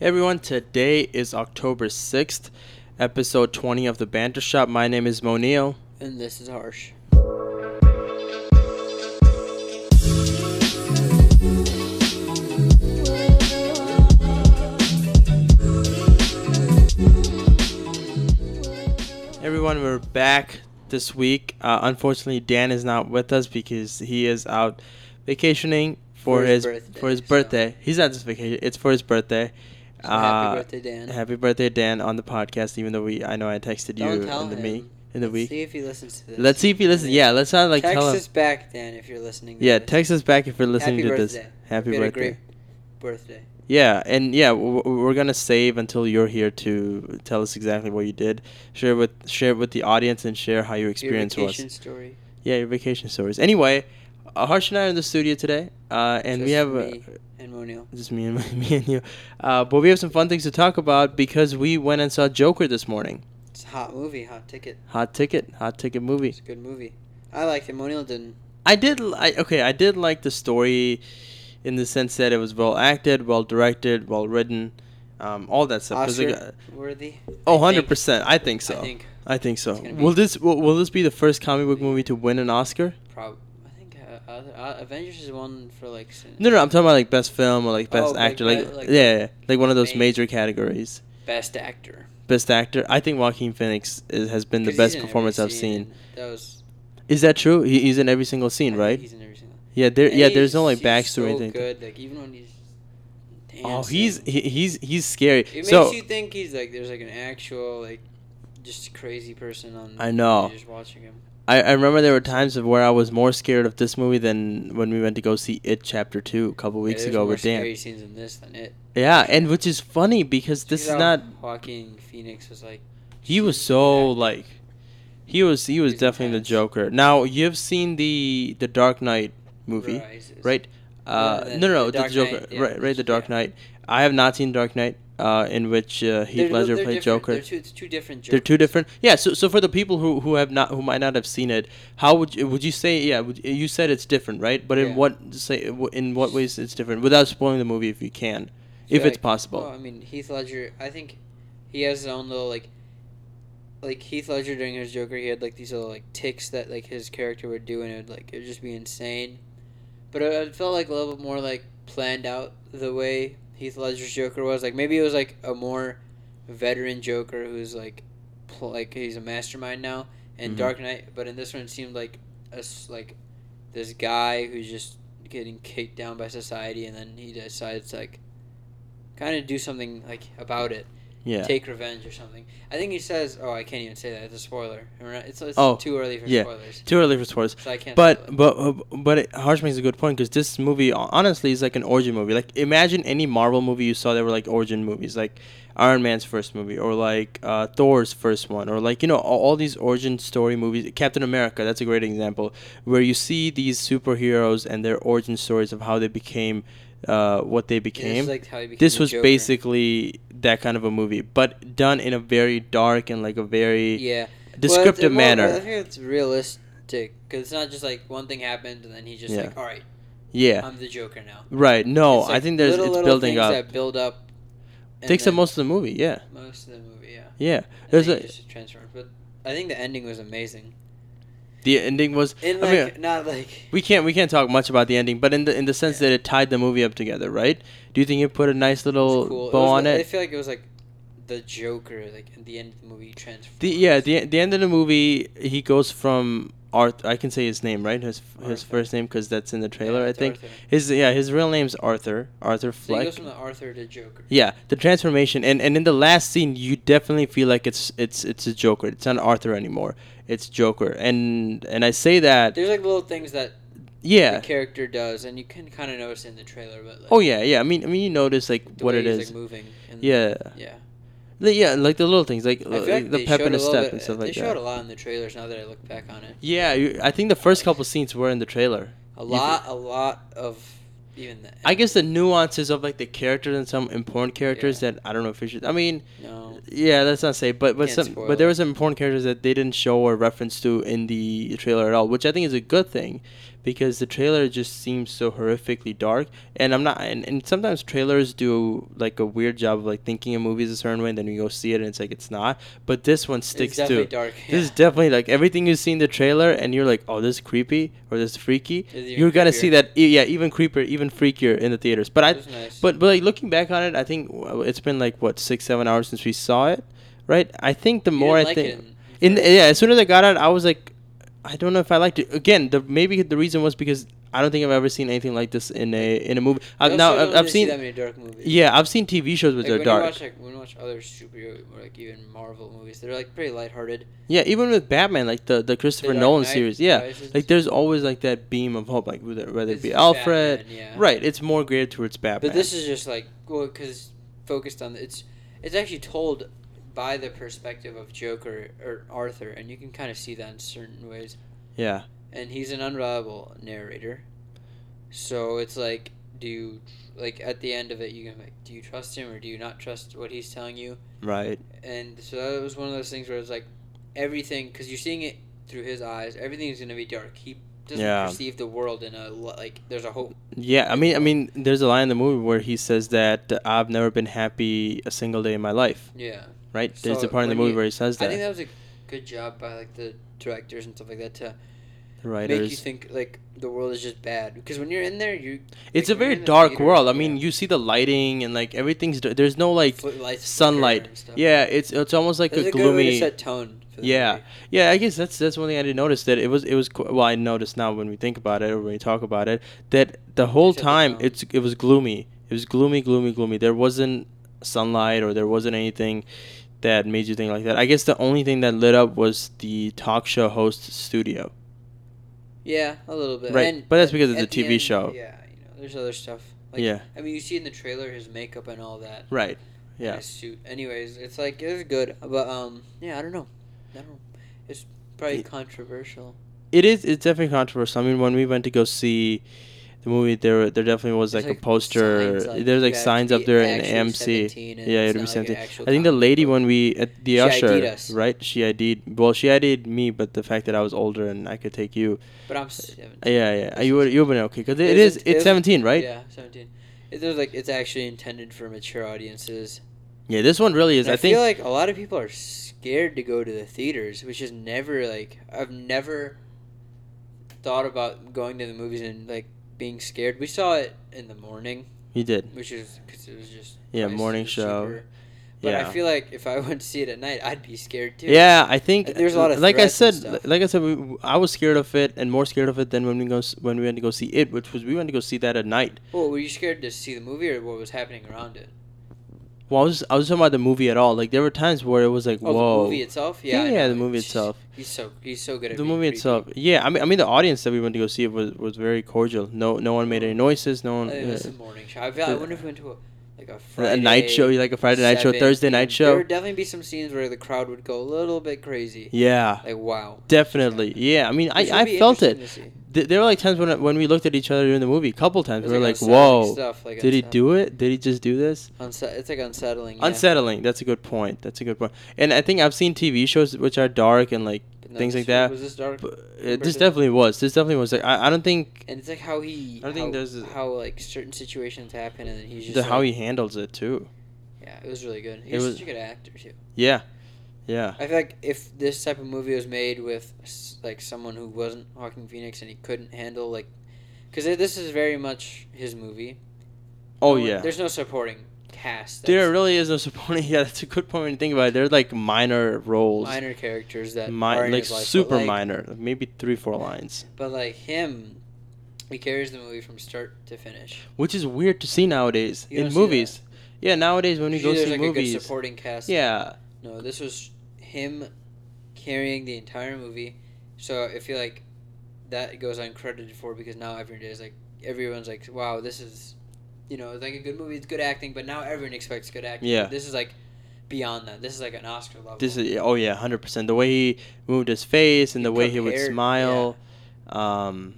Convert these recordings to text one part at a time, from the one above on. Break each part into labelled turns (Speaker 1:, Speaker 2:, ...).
Speaker 1: Hey everyone, today is October 6th, episode 20 of The Banter Shop. My name is Monil.
Speaker 2: And this is harsh.
Speaker 1: Everyone, we're back this week. Uh, unfortunately, Dan is not with us because he is out vacationing for,
Speaker 2: For
Speaker 1: his,
Speaker 2: his
Speaker 1: for his
Speaker 2: birthday, so-
Speaker 1: birthday. He's not just vacation; it's for his birthday.
Speaker 2: So
Speaker 1: Uh,
Speaker 2: happy birthday, Dan.
Speaker 1: Happy birthday, Dan, on the podcast. Even though we, I know I texted you
Speaker 2: Don't
Speaker 1: in
Speaker 2: tell
Speaker 1: the
Speaker 2: him.
Speaker 1: me in the
Speaker 2: Let's
Speaker 1: week.
Speaker 2: See if he listens to this.
Speaker 1: Let's see if he listens. Yeah, let's not like
Speaker 2: text
Speaker 1: tell him.
Speaker 2: us back, Dan, if you're listening. To
Speaker 1: Yeah,
Speaker 2: this.
Speaker 1: text us back if you're listening
Speaker 2: Happy
Speaker 1: to this.
Speaker 2: birthday.
Speaker 1: Happy
Speaker 2: You had a
Speaker 1: birthday.
Speaker 2: great birthday.
Speaker 1: Yeah, and yeah, w- w- we're gonna save until you're here to tell us exactly what you did. Share with share with the audience and share how your experience
Speaker 2: Your
Speaker 1: was.
Speaker 2: vacation story.
Speaker 1: Yeah, your vacation stories. Anyway, uh, Harsh and I are in the studio today, uh, and we
Speaker 2: Just
Speaker 1: have
Speaker 2: me
Speaker 1: uh,
Speaker 2: and Monil.
Speaker 1: just me and me and you, uh, but we have some fun things to talk about because we went and saw Joker this morning.
Speaker 2: It's a hot movie, hot ticket.
Speaker 1: Hot ticket, hot ticket movie.
Speaker 2: It's a good movie. I liked it. Monil didn't.
Speaker 1: I did. l- I, okay, I did like the story, in the sense that it was well acted, well directed, well written, um, all that stuff. 'Cause it
Speaker 2: Oscar worthy.
Speaker 1: got- oh,
Speaker 2: I think.
Speaker 1: 100 percent. I think so.
Speaker 2: I think
Speaker 1: I think so.
Speaker 2: It's gonna be-
Speaker 1: Will this will, will this be the first comic book movie to win an Oscar?
Speaker 2: prob. I think uh, other, uh, Avengers is one for like. sin-
Speaker 1: No, no, I'm talking about like best film or like best
Speaker 2: Oh, like
Speaker 1: actor, like,
Speaker 2: be- like
Speaker 1: yeah, yeah, like one of those
Speaker 2: ma-
Speaker 1: major categories.
Speaker 2: Best actor.
Speaker 1: Best actor, I think Joaquin Phoenix is, has been the
Speaker 2: 'Cause he's
Speaker 1: best
Speaker 2: in every
Speaker 1: performance I've
Speaker 2: scene,
Speaker 1: seen.
Speaker 2: and That was.
Speaker 1: Is that true? He, he's in every single
Speaker 2: I
Speaker 1: scene,
Speaker 2: think
Speaker 1: right?
Speaker 2: He's in every single.
Speaker 1: Yeah, there,
Speaker 2: And
Speaker 1: yeah.
Speaker 2: he's-
Speaker 1: There's no like
Speaker 2: he's
Speaker 1: backstory
Speaker 2: so
Speaker 1: thing.
Speaker 2: Good, like even when he's.
Speaker 1: Oh,
Speaker 2: dancing,
Speaker 1: he's he, he's he's scary.
Speaker 2: It
Speaker 1: so
Speaker 2: makes you think he's like there's like an actual like just crazy person on.
Speaker 1: I know.
Speaker 2: you're Just watching him.
Speaker 1: I, I remember there were times of where I was more scared of this movie than when we went to go see It Chapter Two a couple
Speaker 2: Yeah,
Speaker 1: weeks
Speaker 2: there's
Speaker 1: ago
Speaker 2: more
Speaker 1: with Dan.
Speaker 2: Scary scenes in this than it.
Speaker 1: Yeah, and which is funny because this
Speaker 2: Check
Speaker 1: is
Speaker 2: it out.
Speaker 1: not
Speaker 2: Joaquin Phoenix was like.
Speaker 1: He was
Speaker 2: just
Speaker 1: so
Speaker 2: an
Speaker 1: like, he was he was
Speaker 2: He's
Speaker 1: definitely
Speaker 2: intense.
Speaker 1: the Joker. Now you've seen the the Dark Knight
Speaker 2: actor
Speaker 1: movie,
Speaker 2: rises.
Speaker 1: right? Uh,
Speaker 2: No, the-
Speaker 1: no, no,
Speaker 2: the
Speaker 1: the,
Speaker 2: Dark
Speaker 1: Joker,
Speaker 2: Knight, yeah,
Speaker 1: right? Right, the Dark
Speaker 2: yeah.
Speaker 1: Knight. I have not seen Dark Knight, uh, in which uh,
Speaker 2: They're-
Speaker 1: Heath
Speaker 2: no,
Speaker 1: Ledger
Speaker 2: they're
Speaker 1: played
Speaker 2: different.
Speaker 1: Joker.
Speaker 2: They're two, it's two different. Jokers.
Speaker 1: They're two different. Yeah. So, so for the people who, who have not who might not have seen it, how would you, would you say? Yeah, would, you said it's different, right? But in
Speaker 2: Yeah.
Speaker 1: what say in what ways it's different? Without spoiling the movie, if you can,
Speaker 2: So,
Speaker 1: if it's
Speaker 2: like,
Speaker 1: possible.
Speaker 2: Well, I mean Heath Ledger. I think he has his own little like. Like Heath Ledger during his Joker, he had like these little like ticks that like his character would do, and it would like it would just be insane. But it, it felt like a little bit more like planned out the way Heath Ledger's Joker was. Like maybe it was like a more veteran Joker who's like, pl- like he's a mastermind now. And
Speaker 1: Mhm.
Speaker 2: Dark Knight, but in this one, it seemed like a s like this guy who's just getting kicked down by society, and then he decides to, like kind of do something like about it,
Speaker 1: yeah.
Speaker 2: take revenge or something. I think he says, "Oh, I can't even say that. It's a spoiler. We're not- It's, it's
Speaker 1: Oh,
Speaker 2: too early for
Speaker 1: yeah.
Speaker 2: spoilers,
Speaker 1: Too early for spoilers.
Speaker 2: so I can't." spoil
Speaker 1: But
Speaker 2: it.
Speaker 1: but but it, Harsh makes a good point because this movie ho- honestly is like an origin movie. Like imagine any Marvel movie you saw that were like origin movies, like Iron Man's first movie, or like uh, Thor's first one, or like you know all, all these origin story movies. Captain America, that's a great example where you see these superheroes and their origin stories of how they became uh, what they
Speaker 2: Yeah, this
Speaker 1: became.
Speaker 2: is, like, how he became
Speaker 1: this
Speaker 2: the
Speaker 1: was
Speaker 2: Joker.
Speaker 1: basically that kind of a movie, but done in a very dark and like a very
Speaker 2: yeah
Speaker 1: descriptive
Speaker 2: well, it's- well,
Speaker 1: manner.
Speaker 2: I think it's realistic because it's not just like one thing happened and then he's just
Speaker 1: Yeah.
Speaker 2: like, "All right,
Speaker 1: yeah.
Speaker 2: I'm the Joker now."
Speaker 1: Right. No,
Speaker 2: It's,
Speaker 1: I
Speaker 2: like,
Speaker 1: think there's
Speaker 2: little,
Speaker 1: it's
Speaker 2: little
Speaker 1: building
Speaker 2: things
Speaker 1: up.
Speaker 2: That build up. and
Speaker 1: Takes up
Speaker 2: then
Speaker 1: most of the movie. Yeah.
Speaker 2: most of the movie. Yeah,
Speaker 1: Yeah.
Speaker 2: And
Speaker 1: There's
Speaker 2: then
Speaker 1: a
Speaker 2: he just transformed. But I think the ending was amazing.
Speaker 1: the ending was.
Speaker 2: And
Speaker 1: I
Speaker 2: like
Speaker 1: mean,
Speaker 2: not like
Speaker 1: we can't we can't talk much about the ending, but in the in the sense
Speaker 2: Yeah.
Speaker 1: that it tied the movie up together, right? Do you think it put a nice
Speaker 2: It's
Speaker 1: little
Speaker 2: cool.
Speaker 1: bow
Speaker 2: was,
Speaker 1: on
Speaker 2: like-
Speaker 1: it?
Speaker 2: I feel like it was like the Joker, like at the end of the movie, transformed.
Speaker 1: The, yeah. The the end of the movie, he goes from Arthur. I can say his name, right? His his
Speaker 2: Arthur.
Speaker 1: first name because that's in the trailer, I
Speaker 2: it's
Speaker 1: think.
Speaker 2: Arthur.
Speaker 1: His yeah, his real name's Arthur. Arthur
Speaker 2: So he
Speaker 1: Fleck.
Speaker 2: goes from the Arthur to Joker.
Speaker 1: Yeah, the transformation, and and in the last scene, you definitely feel like it's it's it's a Joker. It's not Arthur anymore. It's Joker, and and I say that,
Speaker 2: There's like little things that
Speaker 1: yeah.
Speaker 2: the character does, and you can kind of notice in the trailer, but like
Speaker 1: Oh yeah, yeah. I mean, I mean, you notice like
Speaker 2: the
Speaker 1: what
Speaker 2: way
Speaker 1: it
Speaker 2: he's,
Speaker 1: is.
Speaker 2: like, moving. And
Speaker 1: yeah,
Speaker 2: yeah.
Speaker 1: Li- yeah, like the little things, like,
Speaker 2: I feel
Speaker 1: like
Speaker 2: like
Speaker 1: Uh, the
Speaker 2: they
Speaker 1: pep
Speaker 2: showed
Speaker 1: and
Speaker 2: a
Speaker 1: a
Speaker 2: little
Speaker 1: step
Speaker 2: bit-
Speaker 1: and stuff
Speaker 2: they
Speaker 1: like
Speaker 2: showed a
Speaker 1: that.
Speaker 2: lot in the trailers. Now that I look back on it,
Speaker 1: Yeah, you, I think the first couple scenes were in the trailer.
Speaker 2: a
Speaker 1: You-
Speaker 2: lot, a lot of even the.
Speaker 1: I guess the nuances of like the characters and some important characters that I don't know if it should. I mean,
Speaker 2: no.
Speaker 1: Yeah, that's not safe. But but
Speaker 2: Can't
Speaker 1: some,
Speaker 2: spoil
Speaker 1: but there
Speaker 2: it.
Speaker 1: were some important characters that they didn't show or reference to in the trailer at all, which I think is a good thing, because the trailer just seems so horrifically dark. And I'm not. And, and sometimes trailers do like a weird job of like thinking a movie is a certain way, and then you go see it and it's like it's not. But this one sticks
Speaker 2: it's
Speaker 1: to.
Speaker 2: definitely dark.
Speaker 1: This is definitely like everything you see in the trailer, and you're like, "Oh, this is creepy or this is freaky."
Speaker 2: It's even
Speaker 1: You're gonna see
Speaker 2: creepier.
Speaker 1: that, e- yeah, even creepier, even freakier in the theaters. But I,
Speaker 2: It was nice.
Speaker 1: but but like looking back on it, I think w- it's been like what six, seven hours since we saw it, right? I think the
Speaker 2: You
Speaker 1: more I
Speaker 2: didn't like it
Speaker 1: think, in,
Speaker 2: in-
Speaker 1: yeah, as soon as I got out, I was like, I don't know if I liked it. Again, the maybe the reason was because I don't think I've ever seen anything like this in a in a movie.
Speaker 2: I
Speaker 1: I've,
Speaker 2: also
Speaker 1: now
Speaker 2: don't
Speaker 1: I've,
Speaker 2: really
Speaker 1: I've
Speaker 2: see that
Speaker 1: seen,
Speaker 2: many dark movies.
Speaker 1: yeah, I've seen TV shows with
Speaker 2: Like,
Speaker 1: their
Speaker 2: when
Speaker 1: dark.
Speaker 2: You watch, like, when you watch other superhero or like even Marvel movies, they're like pretty lighthearted.
Speaker 1: Yeah, even with Batman, like the, the Christopher
Speaker 2: Dark
Speaker 1: Nolan
Speaker 2: Knight
Speaker 1: series, yeah,
Speaker 2: Rises.
Speaker 1: like there's always like that beam of hope, like whether whether it
Speaker 2: It's
Speaker 1: be
Speaker 2: just
Speaker 1: Alfred,
Speaker 2: Batman, yeah.
Speaker 1: right? It's more geared towards Batman.
Speaker 2: But this is just like well, because focused on it's it's actually told by the perspective of Joker or Arthur, and you can kind of see that in certain ways.
Speaker 1: yeah,
Speaker 2: And he's an unreliable narrator, so it's like, do you like at the end of it, you can like, do you trust him or do you not trust what he's telling you?
Speaker 1: right,
Speaker 2: And so that was one of those things where it's like everything, because you're seeing it through his eyes. Everything is gonna be dark. He doesn't
Speaker 1: Yeah.
Speaker 2: perceive the world in a li- like. There's a hope.
Speaker 1: yeah. I mean, I mean, there's a line in the movie where he says that I've never been happy a single day in my life,
Speaker 2: Yeah.
Speaker 1: right? There's
Speaker 2: So
Speaker 1: a part in the
Speaker 2: when
Speaker 1: movie
Speaker 2: you-
Speaker 1: where he says
Speaker 2: I
Speaker 1: that.
Speaker 2: think that was a good job by like the directors and stuff like that to
Speaker 1: the
Speaker 2: make you
Speaker 1: writers.
Speaker 2: think like the world is just bad because when you're in there, you
Speaker 1: It's a
Speaker 2: like, when you're
Speaker 1: very
Speaker 2: in the
Speaker 1: dark
Speaker 2: theater,
Speaker 1: world. I mean,
Speaker 2: yeah,
Speaker 1: you see the lighting and like everything's. dar- There's no like
Speaker 2: footlights flicker
Speaker 1: sunlight.
Speaker 2: and stuff.
Speaker 1: Yeah, it's it's almost like
Speaker 2: That's
Speaker 1: a
Speaker 2: a good way
Speaker 1: gloomy.
Speaker 2: to set tone. For the
Speaker 1: Yeah,
Speaker 2: movie.
Speaker 1: yeah. I guess that's that's one thing I didn't notice that it was it was qu- well. I noticed now when we think about it or when we talk about it that the whole
Speaker 2: Except the
Speaker 1: time
Speaker 2: film.
Speaker 1: it's it was gloomy. It was gloomy, gloomy, gloomy. There wasn't sunlight or there wasn't anything that made you think like that. I guess the only thing that lit up was the talk show host studio.
Speaker 2: yeah, a little bit.
Speaker 1: Right,
Speaker 2: And
Speaker 1: but that's
Speaker 2: at-
Speaker 1: because it's
Speaker 2: at
Speaker 1: a
Speaker 2: the
Speaker 1: TV
Speaker 2: end,
Speaker 1: show.
Speaker 2: Yeah, you know, there's other stuff. Like,
Speaker 1: Yeah.
Speaker 2: I mean, you see in the trailer his makeup and all that.
Speaker 1: Right.
Speaker 2: and
Speaker 1: Yeah.
Speaker 2: his suit. Anyways, it's like it was good, but um, yeah, I don't know. I don't. know. It's probably
Speaker 1: It-
Speaker 2: controversial.
Speaker 1: It is. It's definitely controversial. I mean, when we went to go see. The movie there, were- there definitely was
Speaker 2: There's,
Speaker 1: like, a poster.
Speaker 2: signs,
Speaker 1: There's
Speaker 2: you
Speaker 1: like
Speaker 2: have to
Speaker 1: signs up
Speaker 2: be
Speaker 1: there in
Speaker 2: actually
Speaker 1: AMC.
Speaker 2: 17 and
Speaker 1: Yeah, it'd
Speaker 2: it's
Speaker 1: be
Speaker 2: not, like, an
Speaker 1: something.
Speaker 2: actual
Speaker 1: I think the
Speaker 2: comic
Speaker 1: lady
Speaker 2: book.
Speaker 1: when we at the
Speaker 2: She
Speaker 1: usher,
Speaker 2: ID'd us.
Speaker 1: right? She ID'd. Well, she ID'd me, but the fact that I was older and I could take you. uh,
Speaker 2: But I'm seventeen.
Speaker 1: Yeah, yeah. You would you would have been okay because it
Speaker 2: It
Speaker 1: is
Speaker 2: isn't- it
Speaker 1: it's
Speaker 2: isn't-
Speaker 1: seventeen, right? Yeah.
Speaker 2: Yeah, seventeen. It, there's like it's actually intended for mature audiences.
Speaker 1: This one really is.
Speaker 2: And
Speaker 1: I,
Speaker 2: I,
Speaker 1: think
Speaker 2: feel like a lot of people are scared to go to the theaters, which is never like I've never thought about going to the movies and like being scared. We saw it in the morning,
Speaker 1: you did.
Speaker 2: which is because it was just
Speaker 1: Yeah,
Speaker 2: prices
Speaker 1: morning
Speaker 2: were
Speaker 1: show.
Speaker 2: cheaper. But
Speaker 1: Yeah.
Speaker 2: I feel like if I went to see it at night, I'd be scared too.
Speaker 1: Yeah, I think
Speaker 2: There's a lot of
Speaker 1: like I
Speaker 2: threats
Speaker 1: said,
Speaker 2: and stuff.
Speaker 1: like I said, we, I was scared of it and more scared of it than when we go s- when we went to go see it, which was we went to go see that at night.
Speaker 2: Well, were you scared to see the movie or what was happening around it?
Speaker 1: Well, I was I was talking about the movie at all. Like there were times where it was like,
Speaker 2: Oh,
Speaker 1: whoa.
Speaker 2: the movie itself.
Speaker 1: yeah,
Speaker 2: Yeah,
Speaker 1: yeah,
Speaker 2: I know.
Speaker 1: the movie
Speaker 2: Jeez,
Speaker 1: itself.
Speaker 2: He's so he's so good at
Speaker 1: the
Speaker 2: being
Speaker 1: movie
Speaker 2: creepy.
Speaker 1: itself yeah i mean i mean the audience that we went to go see was was very cordial no no one made any noises no
Speaker 2: I
Speaker 1: one uh,
Speaker 2: think
Speaker 1: yeah.
Speaker 2: that's a morning show. I, feel, I
Speaker 1: The-
Speaker 2: wonder if we went to a, like a
Speaker 1: A-
Speaker 2: Friday,
Speaker 1: a night show like a friday night show
Speaker 2: 7
Speaker 1: thursday night
Speaker 2: p.m. There
Speaker 1: show
Speaker 2: would definitely be some scenes where the crowd would go a little bit crazy.
Speaker 1: yeah
Speaker 2: Like wow.
Speaker 1: definitely yeah i mean i
Speaker 2: Which would
Speaker 1: i
Speaker 2: be
Speaker 1: felt it
Speaker 2: interesting to see.
Speaker 1: Th- there were like times when I- when we looked at each other during the movie a couple times
Speaker 2: There's,
Speaker 1: we were like
Speaker 2: unsettling
Speaker 1: whoa
Speaker 2: Stuff, like
Speaker 1: did he
Speaker 2: unsett-
Speaker 1: do it did he just do this
Speaker 2: unse- it's like unsettling. Yeah.
Speaker 1: unsettling that's a good point that's a good point and i think i've seen tv shows which are dark and like
Speaker 2: But no,
Speaker 1: things
Speaker 2: this
Speaker 1: like that
Speaker 2: Was this dark?
Speaker 1: but, uh,
Speaker 2: Remember
Speaker 1: this
Speaker 2: the-
Speaker 1: definitely was this definitely was like i, I don't think
Speaker 2: And it's like how he.
Speaker 1: I don't think
Speaker 2: how-
Speaker 1: there's a-
Speaker 2: how like certain situations happen and then he's just.
Speaker 1: the, how
Speaker 2: like-
Speaker 1: he handles it too
Speaker 2: Yeah, it was really good.
Speaker 1: It
Speaker 2: He's
Speaker 1: was-
Speaker 2: such a good actor too.
Speaker 1: yeah yeah
Speaker 2: I feel like if this type of movie was made with s- like someone who wasn't Hawking Phoenix and he couldn't handle like, because this is very much his movie.
Speaker 1: oh
Speaker 2: No one-
Speaker 1: yeah
Speaker 2: There's no supporting cast.
Speaker 1: There
Speaker 2: that's
Speaker 1: really is no supporting. Yeah, that's a good point when you think about it. They're like minor roles, minor,
Speaker 2: minor characters that are in
Speaker 1: like
Speaker 2: his life, but,
Speaker 1: super
Speaker 2: like-
Speaker 1: minor, like maybe three four lines,
Speaker 2: But like him, he carries the movie from start to finish.
Speaker 1: which is weird to see nowadays
Speaker 2: You don't
Speaker 1: in
Speaker 2: see that.
Speaker 1: movies. Yeah, nowadays when you go
Speaker 2: Usually
Speaker 1: see
Speaker 2: there's like a good
Speaker 1: movies,
Speaker 2: supporting cast.
Speaker 1: yeah,
Speaker 2: No, this was him carrying the entire movie. So I feel like that goes uncredited for because now every day is like everyone's like, wow, this is, you know, it's like a good movie. It's good acting, but now everyone expects good acting.
Speaker 1: Yeah.
Speaker 2: This is like beyond that. This is like an Oscar level.
Speaker 1: this is oh yeah, hundred percent. The way he moved his face and
Speaker 2: He
Speaker 1: the way he would
Speaker 2: prepared-
Speaker 1: smile, um,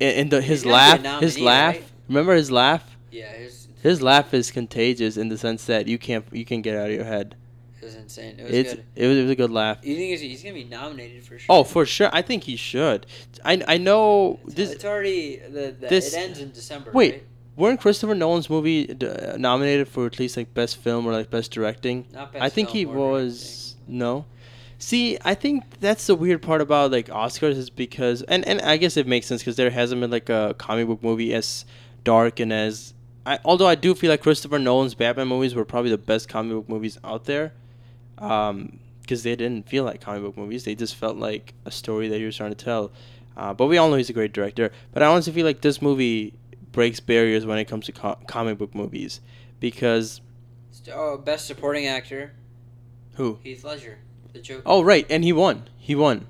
Speaker 1: and, and the,
Speaker 2: He's
Speaker 1: his
Speaker 2: gonna be a
Speaker 1: laugh, his
Speaker 2: nominee,
Speaker 1: laugh.
Speaker 2: right?
Speaker 1: Remember his laugh.
Speaker 2: Yeah. His,
Speaker 1: His laugh is contagious in the sense that you can't you can not get it out of your head.
Speaker 2: was insane. It was
Speaker 1: It's
Speaker 2: good.
Speaker 1: it was, it was a good laugh.
Speaker 2: You think he's, he's gonna be nominated for sure?
Speaker 1: Oh, for sure. I think he should. I I know
Speaker 2: it's,
Speaker 1: this.
Speaker 2: it's already the, the
Speaker 1: this-
Speaker 2: it ends in December.
Speaker 1: wait.
Speaker 2: right?
Speaker 1: Weren't Christopher Nolan's movie d- uh, nominated for at least like best film or like best directing?
Speaker 2: not
Speaker 1: I think
Speaker 2: film
Speaker 1: he
Speaker 2: or
Speaker 1: was no. See, I think that's the weird part about like Oscars is because, and and I guess it makes sense because there hasn't been like a comic book movie as dark and as. I, although I do feel like Christopher Nolan's Batman movies were probably the best comic book movies out there, because they didn't feel like comic book movies. They just felt like a story that he was trying to tell. Uh, but we all know he's a great director. But I honestly feel like this movie breaks barriers when it comes to co- comic book movies because
Speaker 2: anything. Oh, best supporting actor,
Speaker 1: who
Speaker 2: Heath Ledger, the Joker.
Speaker 1: Oh right, and he won. He won.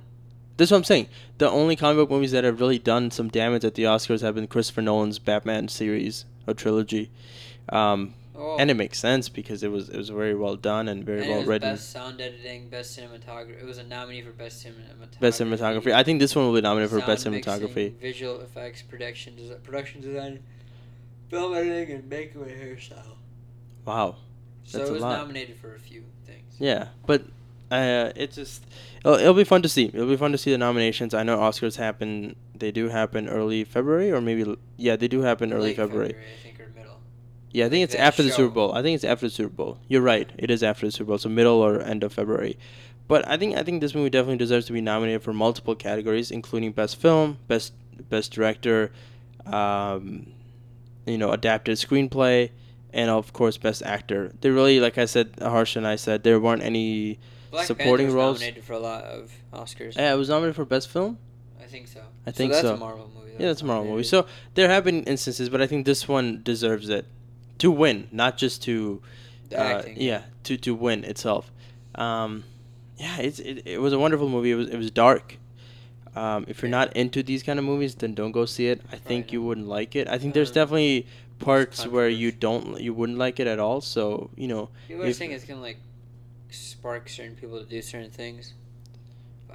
Speaker 1: That's what I'm saying. The only comic book movies that have really done some damage at the Oscars have been Christopher Nolan's Batman series or trilogy, um,
Speaker 2: Oh,
Speaker 1: and it makes sense because it was it was very well done and very
Speaker 2: and it
Speaker 1: well
Speaker 2: was
Speaker 1: written. Best,
Speaker 2: Best sound editing, best cinematography. It was a nominee for best cinematography.
Speaker 1: cinematography. I think this one will be nominated for best
Speaker 2: sound mixing,
Speaker 1: cinematography.
Speaker 2: visual effects, production, desi- production design, film editing, and makeup and hairstyle.
Speaker 1: Wow.
Speaker 2: So
Speaker 1: That's
Speaker 2: it
Speaker 1: a
Speaker 2: was
Speaker 1: lot.
Speaker 2: nominated for a few things.
Speaker 1: Yeah, but uh, it just it'll, it'll be fun to see. It'll be fun to see the nominations. I know Oscars happen. They do happen early February or maybe l- yeah, they do happen early
Speaker 2: Late
Speaker 1: February.
Speaker 2: I think, or middle.
Speaker 1: Yeah, I think
Speaker 2: Like
Speaker 1: it's
Speaker 2: that
Speaker 1: after the
Speaker 2: show.
Speaker 1: Super Bowl. I think it's after the Super Bowl. You're right. It is after the Super Bowl, so middle or end of February. But I think I think this movie definitely deserves to be nominated for multiple categories, including best film, best best director, um, you know, adapted screenplay, and of course best actor. They really, like I said, Harsh and I said, there weren't any.
Speaker 2: Black
Speaker 1: Supporting
Speaker 2: Panther was
Speaker 1: roles.
Speaker 2: nominated for a lot of Oscars.
Speaker 1: Yeah, it was nominated for best film.
Speaker 2: I think so.
Speaker 1: I think
Speaker 2: so. That's
Speaker 1: so.
Speaker 2: a Marvel movie.
Speaker 1: Yeah, that's a Marvel movie. So there have been instances, but I think this one deserves it to win, not just to
Speaker 2: The
Speaker 1: uh,
Speaker 2: acting.
Speaker 1: yeah to to win itself um yeah it's it, it was a wonderful movie it was it was dark um if you're
Speaker 2: Yeah.
Speaker 1: not into these kind of movies then don't go see it i think
Speaker 2: Right.
Speaker 1: you wouldn't like it i think there's
Speaker 2: Um,
Speaker 1: definitely parts where you
Speaker 2: controversial.
Speaker 1: don't you wouldn't like it at all so you know
Speaker 2: People are
Speaker 1: if-
Speaker 2: saying it's gonna like spark certain people to do certain things.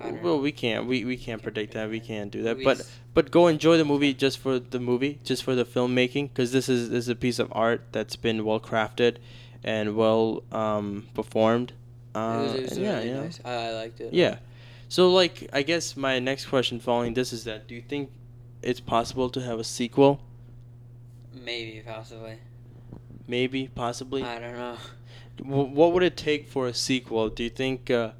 Speaker 2: I don't
Speaker 1: well
Speaker 2: know.
Speaker 1: we can't we, we can't predict that we can't do that but
Speaker 2: Movies-
Speaker 1: but go enjoy the movie just for the movie just for the filmmaking because this is this is a piece of art that's been well crafted and well um performed uh,
Speaker 2: it was, it was
Speaker 1: and yeah
Speaker 2: really
Speaker 1: you know?
Speaker 2: nice. I, I liked it.
Speaker 1: Yeah. So like I guess my next question following this is that do you think it's possible to have a sequel?
Speaker 2: Maybe possibly.
Speaker 1: Maybe, possibly.
Speaker 2: I don't know.
Speaker 1: W- what would it take for a sequel? Do you think uh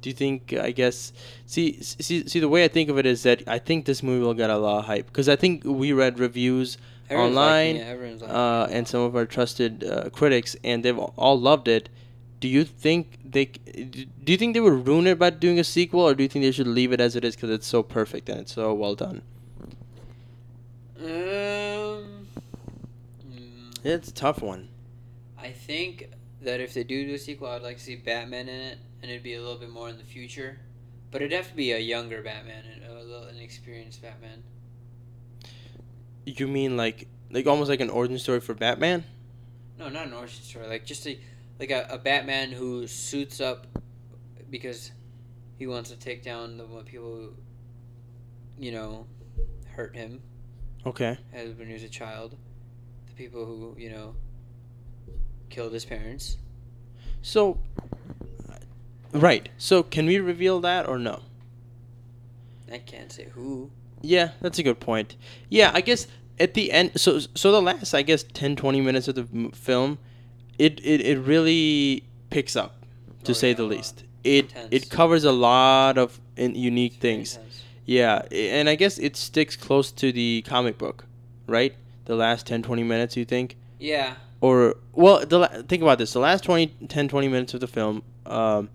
Speaker 1: do you think I guess see s- see see the way I think of it is that I think this movie will get a lot of hype because I think we read reviews
Speaker 2: Everyone's
Speaker 1: Online,
Speaker 2: Liking it. Everyone's liking
Speaker 1: uh,
Speaker 2: it.
Speaker 1: and some of our trusted uh, critics, and they've all loved it. Do you think they? c- d- Do you think they would ruin it by doing a sequel, or do you think they should leave it as it is because it's so perfect and it's so well done?
Speaker 2: Um, mm,
Speaker 1: It's a tough one.
Speaker 2: I think that if they do do a sequel, I'd like to see Batman in it, and it'd be a little bit more in the future. But it'd have to be a younger Batman, and a little inexperienced Batman.
Speaker 1: You mean like like almost like an origin story for Batman?
Speaker 2: No, not an origin story. Like just a like a, a Batman who suits up because he wants to take down the one people who, you know, hurt him
Speaker 1: Okay.
Speaker 2: as when he was a child. The people who you know killed his parents.
Speaker 1: So, right. So can we reveal that or no?
Speaker 2: I can't say who.
Speaker 1: Yeah, that's a good point. Yeah, I guess at the end, so so the last, I guess, 10, 20 minutes of the m- film, it it, it really picks up, to
Speaker 2: Oh,
Speaker 1: say
Speaker 2: yeah,
Speaker 1: the
Speaker 2: a lot.
Speaker 1: least. It
Speaker 2: Intense.
Speaker 1: it covers a lot of in, unique
Speaker 2: It's very
Speaker 1: things.
Speaker 2: intense.
Speaker 1: Yeah, i- and I guess it sticks close to the comic book, right? The last 10, 20 minutes, you think?
Speaker 2: Yeah,
Speaker 1: or well the la- think about this the last 20 10 20 minutes of the film um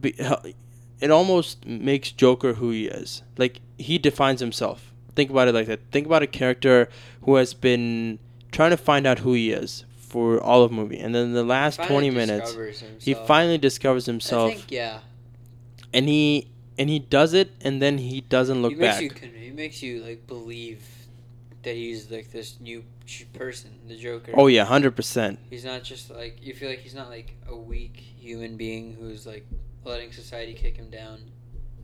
Speaker 1: be, h- it almost makes joker who he is like he defines himself think about it like that think about a character who has been trying to find out who he is for all of movie and then the last 20
Speaker 2: Finally
Speaker 1: minutes
Speaker 2: discovers
Speaker 1: he
Speaker 2: himself.
Speaker 1: finally discovers
Speaker 2: I
Speaker 1: himself
Speaker 2: think, yeah,
Speaker 1: and he and he does it and then he doesn't
Speaker 2: he
Speaker 1: look
Speaker 2: makes
Speaker 1: back
Speaker 2: you. con- He makes you like believe that he's like this new ch- person, the Joker.
Speaker 1: oh yeah 100%
Speaker 2: He's not just like you feel like he's not like a weak human being who's like letting society kick him down.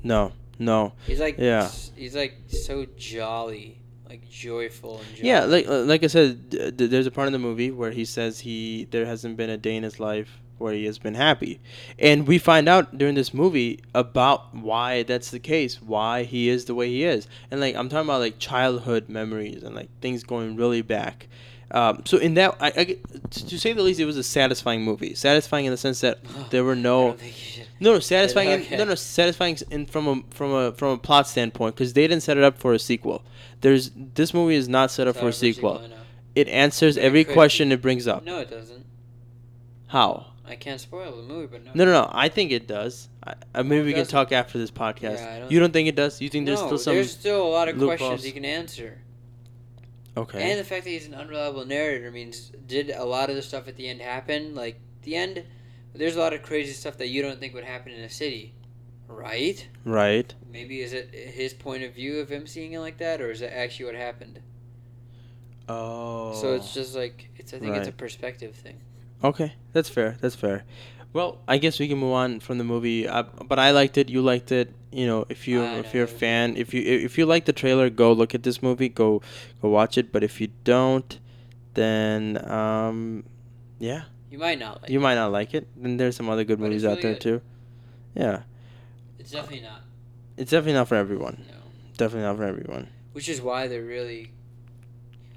Speaker 1: no no
Speaker 2: He's like
Speaker 1: Yeah.
Speaker 2: s- he's like so jolly. like joyful and joyful.
Speaker 1: Yeah, like uh, like I said, d- d- there's a part in the movie where he says he there hasn't been a day in his life where he has been happy, and we find out during this movie about why that's the case, why he is the way he is, and like I'm talking about like childhood memories and like things going really back. Um, so in that, I, I get- to to say the least, it was a satisfying movie. Satisfying in the sense that there were
Speaker 2: I
Speaker 1: no
Speaker 2: don't think you should-
Speaker 1: no, no, satisfying. in-
Speaker 2: Okay.
Speaker 1: No, no, satisfying in from a from a from a plot standpoint because they didn't set it up for a sequel. There's this movie is not set up
Speaker 2: Sorry
Speaker 1: for a sequel.
Speaker 2: I know.
Speaker 1: It answers
Speaker 2: But it
Speaker 1: every
Speaker 2: could
Speaker 1: question it brings up.
Speaker 2: No, it doesn't.
Speaker 1: How?
Speaker 2: I can't spoil the movie, but no.
Speaker 1: No, no, no. I think it does. I, I, maybe
Speaker 2: it
Speaker 1: we can
Speaker 2: doesn't.
Speaker 1: talk after this podcast.
Speaker 2: Yeah, I don't
Speaker 1: you don't think it does? You think there's
Speaker 2: No,
Speaker 1: still some?
Speaker 2: there's still a lot of
Speaker 1: loopholes?
Speaker 2: questions you can answer.
Speaker 1: Okay.
Speaker 2: And the fact that he's an unreliable narrator means did a lot of the stuff at the end happen? Like the end, there's a lot of crazy stuff that you don't think would happen in a city, right?
Speaker 1: right.
Speaker 2: Maybe is it his point of view of him seeing it like that, or is it actually what happened?
Speaker 1: Oh.
Speaker 2: So it's just like it's. I think it's a
Speaker 1: Right.
Speaker 2: perspective thing.
Speaker 1: okay. That's fair. That's fair. Well, I guess we can move on from the movie. I, but I liked it. You liked it. You know, if you
Speaker 2: I
Speaker 1: if you're a
Speaker 2: know.
Speaker 1: fan, if you if you like the trailer, go look at this movie. Go go watch it. But if you don't, then um, yeah.
Speaker 2: You might not like.
Speaker 1: you might not like it. Then there's some other good
Speaker 2: But
Speaker 1: movies
Speaker 2: it's
Speaker 1: out
Speaker 2: really
Speaker 1: there
Speaker 2: good.
Speaker 1: too. Yeah,
Speaker 2: it. It's definitely not.
Speaker 1: it's definitely not for everyone.
Speaker 2: No.
Speaker 1: Definitely not for everyone.
Speaker 2: Which is why they're really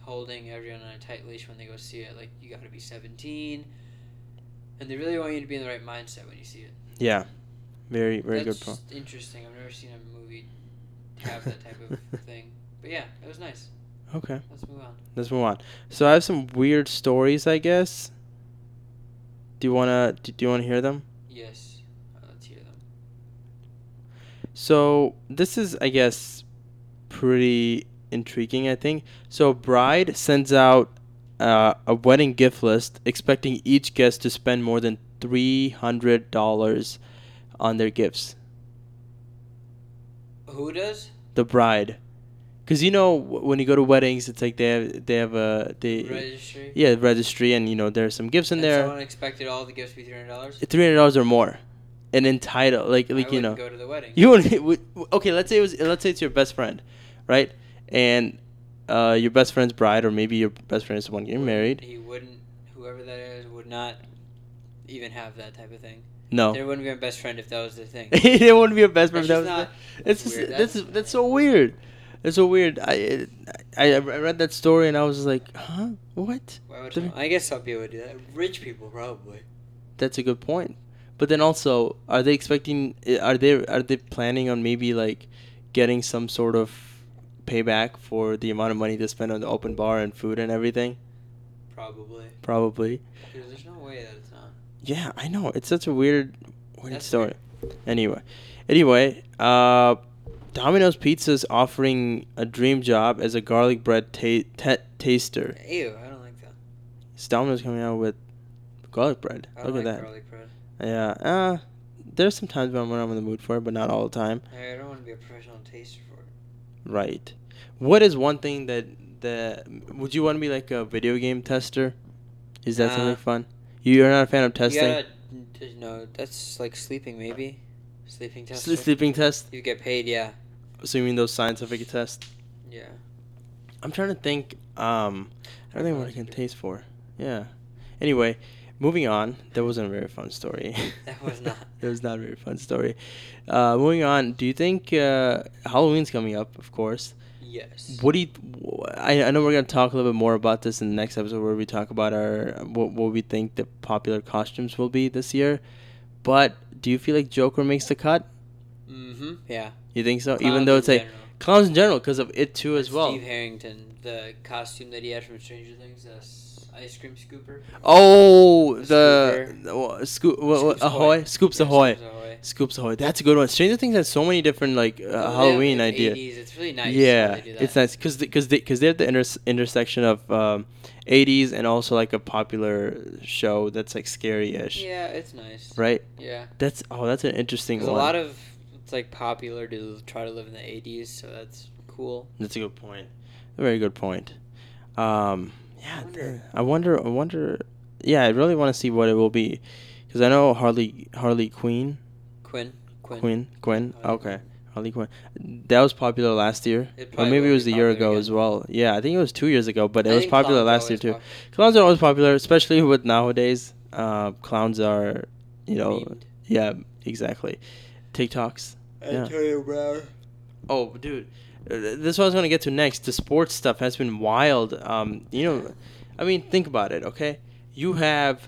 Speaker 2: holding everyone on a tight leash when they go see it. Like you got to be 17, and they really want you to be in the right mindset when you see it.
Speaker 1: Yeah, very very
Speaker 2: That's
Speaker 1: good point.
Speaker 2: just Interesting. I've never seen a movie have that type of thing. But yeah, it was nice.
Speaker 1: Okay,
Speaker 2: Let's move on.
Speaker 1: let's move on. So I have some weird stories, I guess. Do you wanna do do you wanna hear them?
Speaker 2: Yes, uh, let's hear them.
Speaker 1: So this is, I guess, pretty intriguing. I think so. Bride sends out uh, a wedding gift list, expecting each guest to spend more than three hundred dollars on their gifts.
Speaker 2: Who does?
Speaker 1: the bride because you know wh- when you go to weddings it's like they have they have a they
Speaker 2: Registry.
Speaker 1: yeah registry and you know there's some gifts in
Speaker 2: And
Speaker 1: there
Speaker 2: Someone expected all the gifts to be three hundred dollars.
Speaker 1: three hundred dollars or more and entitled like like you know
Speaker 2: Go to the wedding.
Speaker 1: you wouldn't would- okay let's say it was let's say it's your best friend right and uh your best friend's bride or maybe your best friend is the one getting married
Speaker 2: He wouldn't. Whoever that is would not even have that type of thing.
Speaker 1: no
Speaker 2: There wouldn't be a best friend if that was the thing.
Speaker 1: it wouldn't be your best friend
Speaker 2: That's
Speaker 1: that
Speaker 2: just
Speaker 1: was
Speaker 2: not.
Speaker 1: It's just,
Speaker 2: weird.
Speaker 1: that's
Speaker 2: That's-
Speaker 1: that's so weird. That's so weird. I, I I read that story and I was like, huh, what?
Speaker 2: Why would
Speaker 1: There-
Speaker 2: I guess some people would do that. Rich people probably.
Speaker 1: That's a good point. But then also, are they expecting? i- Are they are they planning on maybe like getting some sort of payback for the amount of money they spent on the open bar and food and everything?
Speaker 2: Probably.
Speaker 1: Probably.
Speaker 2: Because there's no way that it's not.
Speaker 1: Yeah, I know. It's such a weird, weird
Speaker 2: That's
Speaker 1: story. Anyway, anyway, uh, Domino's Pizza's offering a dream job as a garlic bread ta- ta- taster.
Speaker 2: Ew, I don't like that.
Speaker 1: It's Domino's coming out with garlic bread.
Speaker 2: I
Speaker 1: Look
Speaker 2: don't
Speaker 1: at
Speaker 2: like
Speaker 1: that.
Speaker 2: garlic bread.
Speaker 1: Yeah. Uh, there's some times when I'm- when I'm in the mood for it, but not all the time.
Speaker 2: I don't want to be a professional taster for it.
Speaker 1: Right. What is one thing that that would you want to be like a video game tester? Is that
Speaker 2: Nah.
Speaker 1: something fun? You're not a fan of testing.
Speaker 2: You gotta, d- no, that's like sleeping maybe. Sleeping
Speaker 1: S-
Speaker 2: tester.
Speaker 1: Sleeping test.
Speaker 2: You get paid, yeah.
Speaker 1: So you mean those scientific tests?
Speaker 2: Yeah.
Speaker 1: I'm trying to think. Um, I don't think what I can taste for. Yeah. Anyway, moving on. That wasn't a very fun story.
Speaker 2: That was not.
Speaker 1: it was not a very fun story. Uh, moving on. Do you think uh, Halloween's coming up? Of course.
Speaker 2: Yes.
Speaker 1: What do you? wh- I, I know we're gonna talk a little bit more about this in the next episode where we talk about our what, what we think the popular costumes will be this year. But do you feel like Joker makes the cut?
Speaker 2: Mm-hmm. Yeah.
Speaker 1: You think so? Even
Speaker 2: Clowns
Speaker 1: though
Speaker 2: in
Speaker 1: it's like
Speaker 2: general.
Speaker 1: clowns in general because of it too as well.
Speaker 2: Steve Harrington, the costume that he had from Stranger Things, the s- ice cream scooper.
Speaker 1: Oh,
Speaker 2: The
Speaker 1: the, the wha- scoop wha- wha-
Speaker 2: Scoops
Speaker 1: ahoy,
Speaker 2: Ahoy.
Speaker 1: scoops
Speaker 2: Yeah,
Speaker 1: ahoy,
Speaker 2: Scoops Ahoy.
Speaker 1: scoops ahoy. That's a good one. Stranger Things has so many different like uh,
Speaker 2: They have,
Speaker 1: Halloween
Speaker 2: like,
Speaker 1: ideas.
Speaker 2: 80s. It's really nice. how
Speaker 1: yeah,
Speaker 2: they do
Speaker 1: it's
Speaker 2: that.
Speaker 1: nice because because they, because they, are at the inter- intersection of um, 80s and also like a popular show that's like scary-ish,
Speaker 2: Yeah, it's nice.
Speaker 1: right?
Speaker 2: Yeah.
Speaker 1: That's oh, that's an interesting
Speaker 2: There's
Speaker 1: one.
Speaker 2: a lot of it's like popular to try to live in the 80s, so that's cool.
Speaker 1: that's a good point. A very good point. Um, yeah,
Speaker 2: Wonder-
Speaker 1: th- I wonder, I wonder. Yeah, I really want to see what it will be, because I know Harley Harley Queen
Speaker 2: Quinn. Quinn.
Speaker 1: Quinn Quinn.
Speaker 2: Harley
Speaker 1: Okay,
Speaker 2: Quinn.
Speaker 1: Harley Quinn. That was popular last year,
Speaker 2: It
Speaker 1: or
Speaker 2: probably
Speaker 1: maybe it
Speaker 2: will
Speaker 1: was a
Speaker 2: be
Speaker 1: year ago
Speaker 2: popular again.
Speaker 1: as well. Yeah, I think it was two years ago, but it
Speaker 2: I
Speaker 1: was
Speaker 2: think
Speaker 1: popular
Speaker 2: clowns are
Speaker 1: last year
Speaker 2: always
Speaker 1: too.
Speaker 2: pop-
Speaker 1: Clowns are always popular, especially with nowadays. Uh, clowns are, you know,
Speaker 2: Memed.
Speaker 1: yeah, exactly. TikToks. Yeah.
Speaker 2: Antonio Brown.
Speaker 1: Oh, dude, uh, this is what I was gonna get to next. The sports stuff has been wild. Um, you know, I mean, think about it. Okay, you have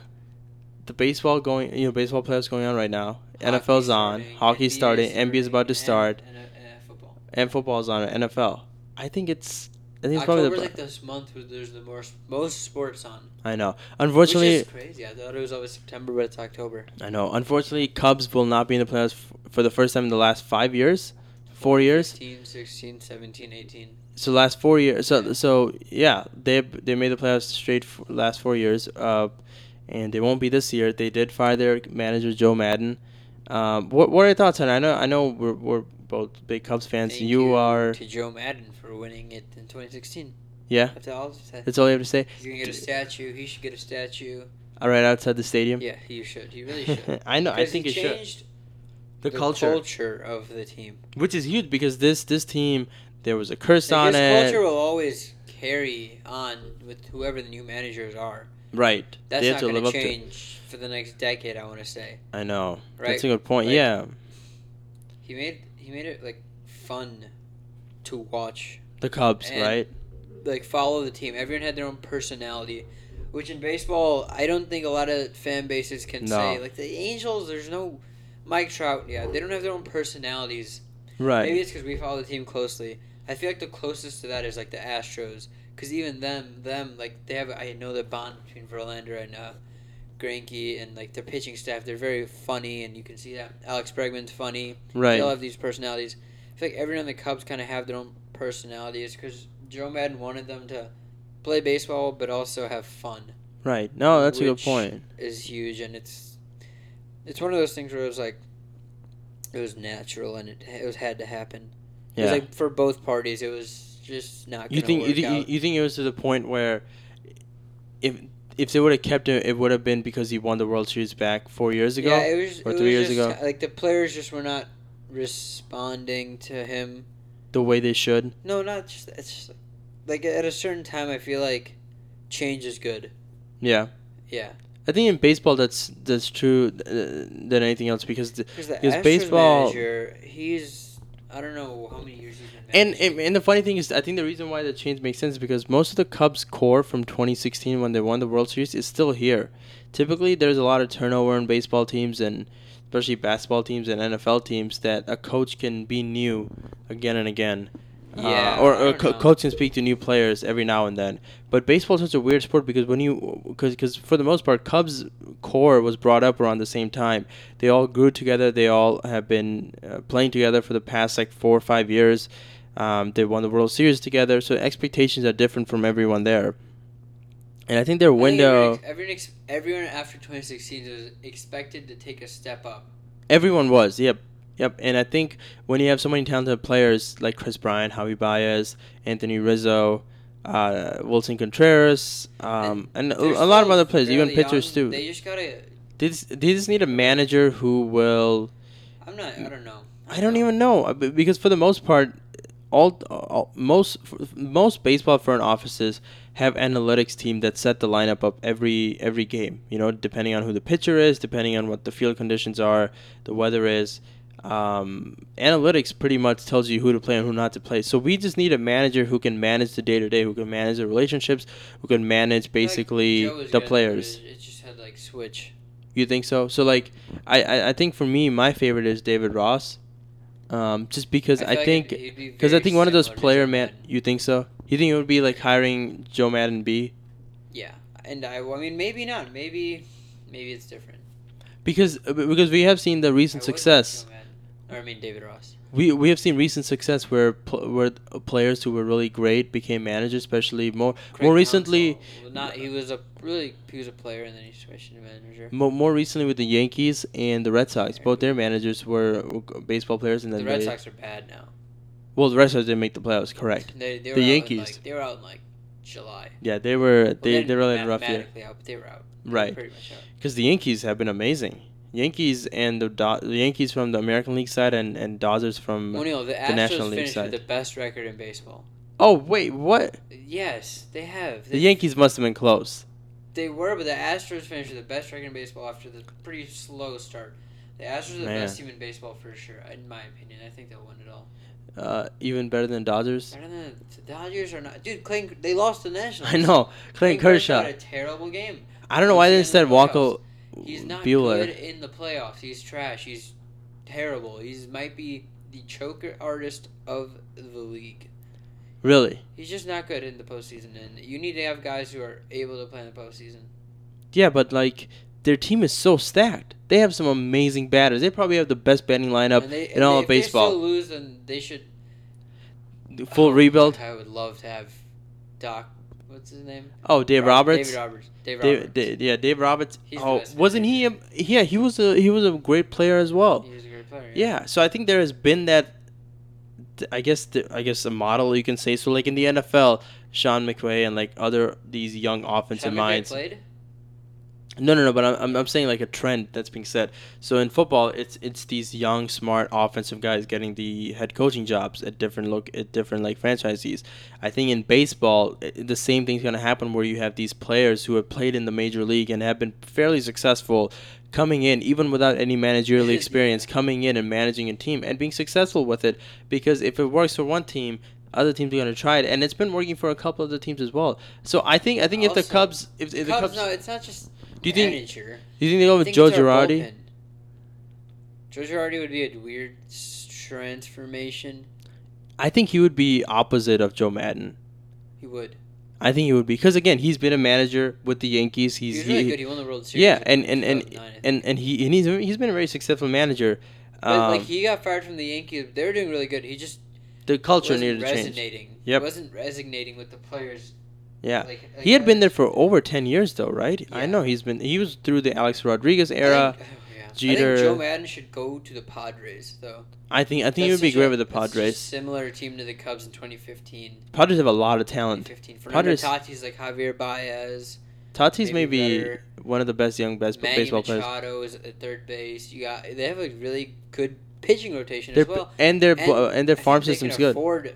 Speaker 1: the baseball going. You know, baseball playoffs going on right now. NFL's on. Hockey starting. NBA is about to start.
Speaker 2: And, football.
Speaker 1: And football's on. NFL. I think it's. I think it's probably.
Speaker 2: October's
Speaker 1: The,
Speaker 2: like this month where there's the most most sports on.
Speaker 1: I know.
Speaker 2: Which
Speaker 1: Unfortunately,
Speaker 2: is crazy. I thought it was always September, but it's October.
Speaker 1: I know. Unfortunately, Cubs will not be in the playoffs f- for the first time in the last five years, four years.
Speaker 2: 15, 16, 17, 18.
Speaker 1: so last four years so so yeah they they made the playoffs straight f last four years uh and they won't be this year they did fire their manager joe madden um what, what are your thoughts on it? i know i know we're, we're both big cubs fans
Speaker 2: Thank
Speaker 1: you, are
Speaker 2: to Joe Madden for winning it in 2016.
Speaker 1: yeah
Speaker 2: That's all. I've said.
Speaker 1: that's all you have to say
Speaker 2: He's gonna get a
Speaker 1: D-
Speaker 2: statue. He should get a statue.
Speaker 1: all right outside the stadium
Speaker 2: Yeah, he should. He really should.
Speaker 1: i know i
Speaker 2: Because
Speaker 1: think
Speaker 2: he
Speaker 1: it should
Speaker 2: changed
Speaker 1: the culture
Speaker 2: culture of the team.
Speaker 1: which is huge because this this team there was a curse on
Speaker 2: Because
Speaker 1: it
Speaker 2: culture will always carry on with whoever the new managers are.
Speaker 1: right
Speaker 2: That's
Speaker 1: they have
Speaker 2: not
Speaker 1: to live
Speaker 2: gonna
Speaker 1: up
Speaker 2: change for the next decade. I want to say.
Speaker 1: to i know
Speaker 2: Right?
Speaker 1: that's a good point
Speaker 2: Like-
Speaker 1: yeah
Speaker 2: He made he made it like fun to watch.
Speaker 1: the cubs
Speaker 2: And-
Speaker 1: right
Speaker 2: Like follow the team. Everyone had their own personality. Which in baseball, I don't think a lot of fan bases can
Speaker 1: No.
Speaker 2: say. Like the Angels, there's no Mike Trout. Yeah, they don't have their own personalities.
Speaker 1: right
Speaker 2: Maybe it's because we follow the team closely. I feel like the closest to that is like the Astros, because even them, them like they have. I know the bond between Verlander and uh, Granke and like their pitching staff. They're very funny, and you can see that Alex Bregman's funny.
Speaker 1: right
Speaker 2: They all have these personalities. I feel like everyone on the Cubs kind of have their own personalities because Joe Madden wanted them to play baseball but also have fun
Speaker 1: Right. No, that's a good
Speaker 2: which
Speaker 1: point.
Speaker 2: is huge and it's it's one of those things where it was like it was natural and it it was had to happen. It
Speaker 1: Yeah.
Speaker 2: was like for both parties it was just not
Speaker 1: you
Speaker 2: gonna
Speaker 1: think you,
Speaker 2: work
Speaker 1: thi- you,
Speaker 2: out.
Speaker 1: you think it was to the point where if if they would have kept him, it would have been because he won the World Series back four years ago.
Speaker 2: yeah, it was
Speaker 1: Or
Speaker 2: it
Speaker 1: three years
Speaker 2: was just,
Speaker 1: ago?
Speaker 2: Like the players just were not responding to him.
Speaker 1: the way they should.
Speaker 2: No, not just it's just like at a certain time I feel like change is good.
Speaker 1: Yeah.
Speaker 2: Yeah.
Speaker 1: I think in baseball that's that's true uh, than anything else because the,
Speaker 2: Cuz the
Speaker 1: Because
Speaker 2: Astros
Speaker 1: baseball-
Speaker 2: manager, he's I don't know how many years he's been
Speaker 1: and,
Speaker 2: managing.
Speaker 1: and and the funny thing is I think the reason why the change makes sense is because most of the Cubs core from 2016 when they won the World Series is still here. Typically, there's a lot of turnover in baseball teams and especially basketball teams and NFL teams that a coach can be new again and again.
Speaker 2: Yeah,
Speaker 1: uh, or
Speaker 2: I
Speaker 1: or
Speaker 2: don't
Speaker 1: co-
Speaker 2: know.
Speaker 1: coach can speak to new players every now and then. But baseball's such a weird sport because when you, because because for the most part, Cubs core was brought up around the same time. They all grew together. They all have been uh, playing together for the past like four or five years. Um, they won the World Series together, so expectations are different from everyone there. And I think their
Speaker 2: I think everyone
Speaker 1: window,
Speaker 2: ex- Everyone, ex- everyone after 2016 is expected to take a step up.
Speaker 1: everyone was, yep, yep. And I think when you have so many talented players like Chris Bryant, Javi Baez, Anthony Rizzo, uh, Wilson Contreras, um, and,
Speaker 2: They're
Speaker 1: a lot of
Speaker 2: still
Speaker 1: other players, even
Speaker 2: fairly
Speaker 1: pitchers
Speaker 2: young.
Speaker 1: too.
Speaker 2: They just gotta.
Speaker 1: They just, they just need a manager who will.
Speaker 2: I'm not. I don't know.
Speaker 1: I don't even know uh, be- because for the most part, all, all most f- most baseball front offices have analytics team that set the lineup up every every game. You know, depending on who the pitcher is, depending on what the field conditions are, the weather is. Um, analytics pretty much tells you who to play and who not to play. So we just need a manager who can manage the day to day, who can manage the relationships, who can manage
Speaker 2: I feel like
Speaker 1: basically
Speaker 2: Joe was
Speaker 1: the
Speaker 2: good, but
Speaker 1: players.
Speaker 2: It, it just had like switch.
Speaker 1: You think so? So like, I, I, I think for me, my favorite is David Ross, um, just because I,
Speaker 2: feel like
Speaker 1: think
Speaker 2: it'd- he'd be
Speaker 1: because I
Speaker 2: very
Speaker 1: think one of those
Speaker 2: similar to
Speaker 1: player
Speaker 2: Joe
Speaker 1: man.
Speaker 2: Madden.
Speaker 1: You think so? You think it would be like hiring Joe Madden B?
Speaker 2: Yeah, and I. well, I mean, maybe not. Maybe, maybe it's different.
Speaker 1: Because uh, because we have seen the recent
Speaker 2: I would like
Speaker 1: success.
Speaker 2: Joe Madden. Or I mean David Ross.
Speaker 1: We we have seen recent success where pl- where uh, players who were really great became managers, especially more
Speaker 2: Craig
Speaker 1: more recently.
Speaker 2: Counsell. Well, not he was a really he was a player and then he switched to manager.
Speaker 1: Mo- more recently with the Yankees and the Red Sox, both their managers were uh, baseball players, and then
Speaker 2: The Red
Speaker 1: they-
Speaker 2: Sox are bad now.
Speaker 1: well, the Red Sox didn't make the playoffs, correct?
Speaker 2: They, they were
Speaker 1: The
Speaker 2: out in,
Speaker 1: Yankees.
Speaker 2: like- they were out in like July.
Speaker 1: Yeah, they were they
Speaker 2: Well,
Speaker 1: they
Speaker 2: didn't
Speaker 1: really had a rough year,
Speaker 2: mathematically out, but they were out. They were
Speaker 1: right?
Speaker 2: Pretty much out.
Speaker 1: Because the Yankees have been amazing. Yankees and the, Do- the Yankees from the American League side and and Dodgers from.
Speaker 2: Well, no, the Astros
Speaker 1: National League
Speaker 2: finished
Speaker 1: side.
Speaker 2: with the best record in baseball.
Speaker 1: Oh wait, what?
Speaker 2: Yes, they have.
Speaker 1: The
Speaker 2: They,
Speaker 1: Yankees must have been close.
Speaker 2: they were, but the Astros finished with the best record in baseball after the pretty slow start. The Astros are the
Speaker 1: Man.
Speaker 2: best team in baseball for sure, in my opinion. I think they'll win it all.
Speaker 1: Uh, even better than Dodgers.
Speaker 2: I don't know. The Dodgers are not. Dude, Clayton, they lost the Nationals.
Speaker 1: I know Clayton Kershaw.
Speaker 2: had a terrible game.
Speaker 1: I don't know why they
Speaker 2: He's in
Speaker 1: said
Speaker 2: the
Speaker 1: Walker.
Speaker 2: He's not good
Speaker 1: Bueller.
Speaker 2: in the playoffs. He's trash. He's terrible. He's might be the choker artist of the league.
Speaker 1: Really?
Speaker 2: He's just not good in the postseason, and you need to have guys who are able to play in the postseason.
Speaker 1: Yeah, but like their team is so stacked. They have some amazing batters. They probably have the best batting lineup
Speaker 2: And they,
Speaker 1: in all
Speaker 2: if
Speaker 1: of
Speaker 2: they
Speaker 1: baseball.
Speaker 2: still lose, then they should
Speaker 1: Full
Speaker 2: Oh,
Speaker 1: rebuild.
Speaker 2: I would love to have Doc. What's his name?
Speaker 1: Oh, Dave Roberts.
Speaker 2: David Roberts. Dave
Speaker 1: Dave-
Speaker 2: Roberts.
Speaker 1: Da- yeah, Dave Roberts.
Speaker 2: He's the
Speaker 1: oh,
Speaker 2: best
Speaker 1: wasn't he? A, yeah, he was a he was a great player as well.
Speaker 2: He was a great player.
Speaker 1: Yeah, so I think there has been that. th- I guess the, I guess a model you can say. So like in the NFL, Sean McVay and like other these young
Speaker 2: Sean
Speaker 1: offensive
Speaker 2: McVay
Speaker 1: minds.
Speaker 2: Played?
Speaker 1: No, no, no. But I'm, I'm, I'm saying like a trend that's being set. So in football, it's it's these young, smart offensive guys getting the head coaching jobs at different look at different like franchises. I think in baseball, i the same thing's gonna happen where you have these players who have played in the major league and have been fairly successful, coming in even without any managerial
Speaker 2: Yeah.
Speaker 1: experience, coming in and managing a team and being successful with it. Because if it works for one team. Other teams are gonna try it, and it's been working for a couple of the teams as well. So I think I think if the
Speaker 2: Also-
Speaker 1: Cubs, if, if the
Speaker 2: Cubs,
Speaker 1: Cubs,
Speaker 2: No, it's not just.
Speaker 1: do you think
Speaker 2: manager.
Speaker 1: do you think they go
Speaker 2: I
Speaker 1: Oh, with
Speaker 2: think
Speaker 1: Joe
Speaker 2: it's our
Speaker 1: Girardi?
Speaker 2: bullpen. Joe Girardi would be a weird s- transformation.
Speaker 1: I think he would be opposite of Joe Madden.
Speaker 2: He would.
Speaker 1: I think he would be because again, he's been a manager with the Yankees. He's
Speaker 2: he was really
Speaker 1: he-
Speaker 2: good. He won the World Series.
Speaker 1: yeah,
Speaker 2: in
Speaker 1: and and and
Speaker 2: 2009, I think.
Speaker 1: and, and he and he's he's been a very successful manager.
Speaker 2: But,
Speaker 1: Um,
Speaker 2: like he got fired from the Yankees. They were doing really good. He just
Speaker 1: the culture
Speaker 2: wasn't
Speaker 1: needed to change.
Speaker 2: resonating.
Speaker 1: Yep.
Speaker 2: He wasn't resonating with the players.
Speaker 1: Yeah.
Speaker 2: Like, like
Speaker 1: He had been there
Speaker 2: others.
Speaker 1: for over ten years though, right? I
Speaker 2: Yeah.
Speaker 1: know he's been. He was through the Alex Rodriguez
Speaker 2: I think-
Speaker 1: era.
Speaker 2: oh, yeah. I
Speaker 1: Jeter.
Speaker 2: think Joe Madden should go to the Padres though.
Speaker 1: I think I think he
Speaker 2: That's
Speaker 1: would be
Speaker 2: such a-
Speaker 1: great with the
Speaker 2: that's such a
Speaker 1: Padres.
Speaker 2: Similar team to the Cubs in 2015.
Speaker 1: Padres have a lot of talent.
Speaker 2: 2015. Fernando
Speaker 1: Padres-
Speaker 2: Tatis, like Javier Baez,
Speaker 1: Tatis may
Speaker 2: maybe
Speaker 1: be
Speaker 2: better.
Speaker 1: one of the best young best
Speaker 2: Manny
Speaker 1: baseball players.
Speaker 2: Machado is at third base. You got they have a really good pitching rotation
Speaker 1: Their,
Speaker 2: as well.
Speaker 1: and their
Speaker 2: And
Speaker 1: uh, and, and their
Speaker 2: I think
Speaker 1: farm
Speaker 2: they
Speaker 1: system's
Speaker 2: can
Speaker 1: good.
Speaker 2: Afford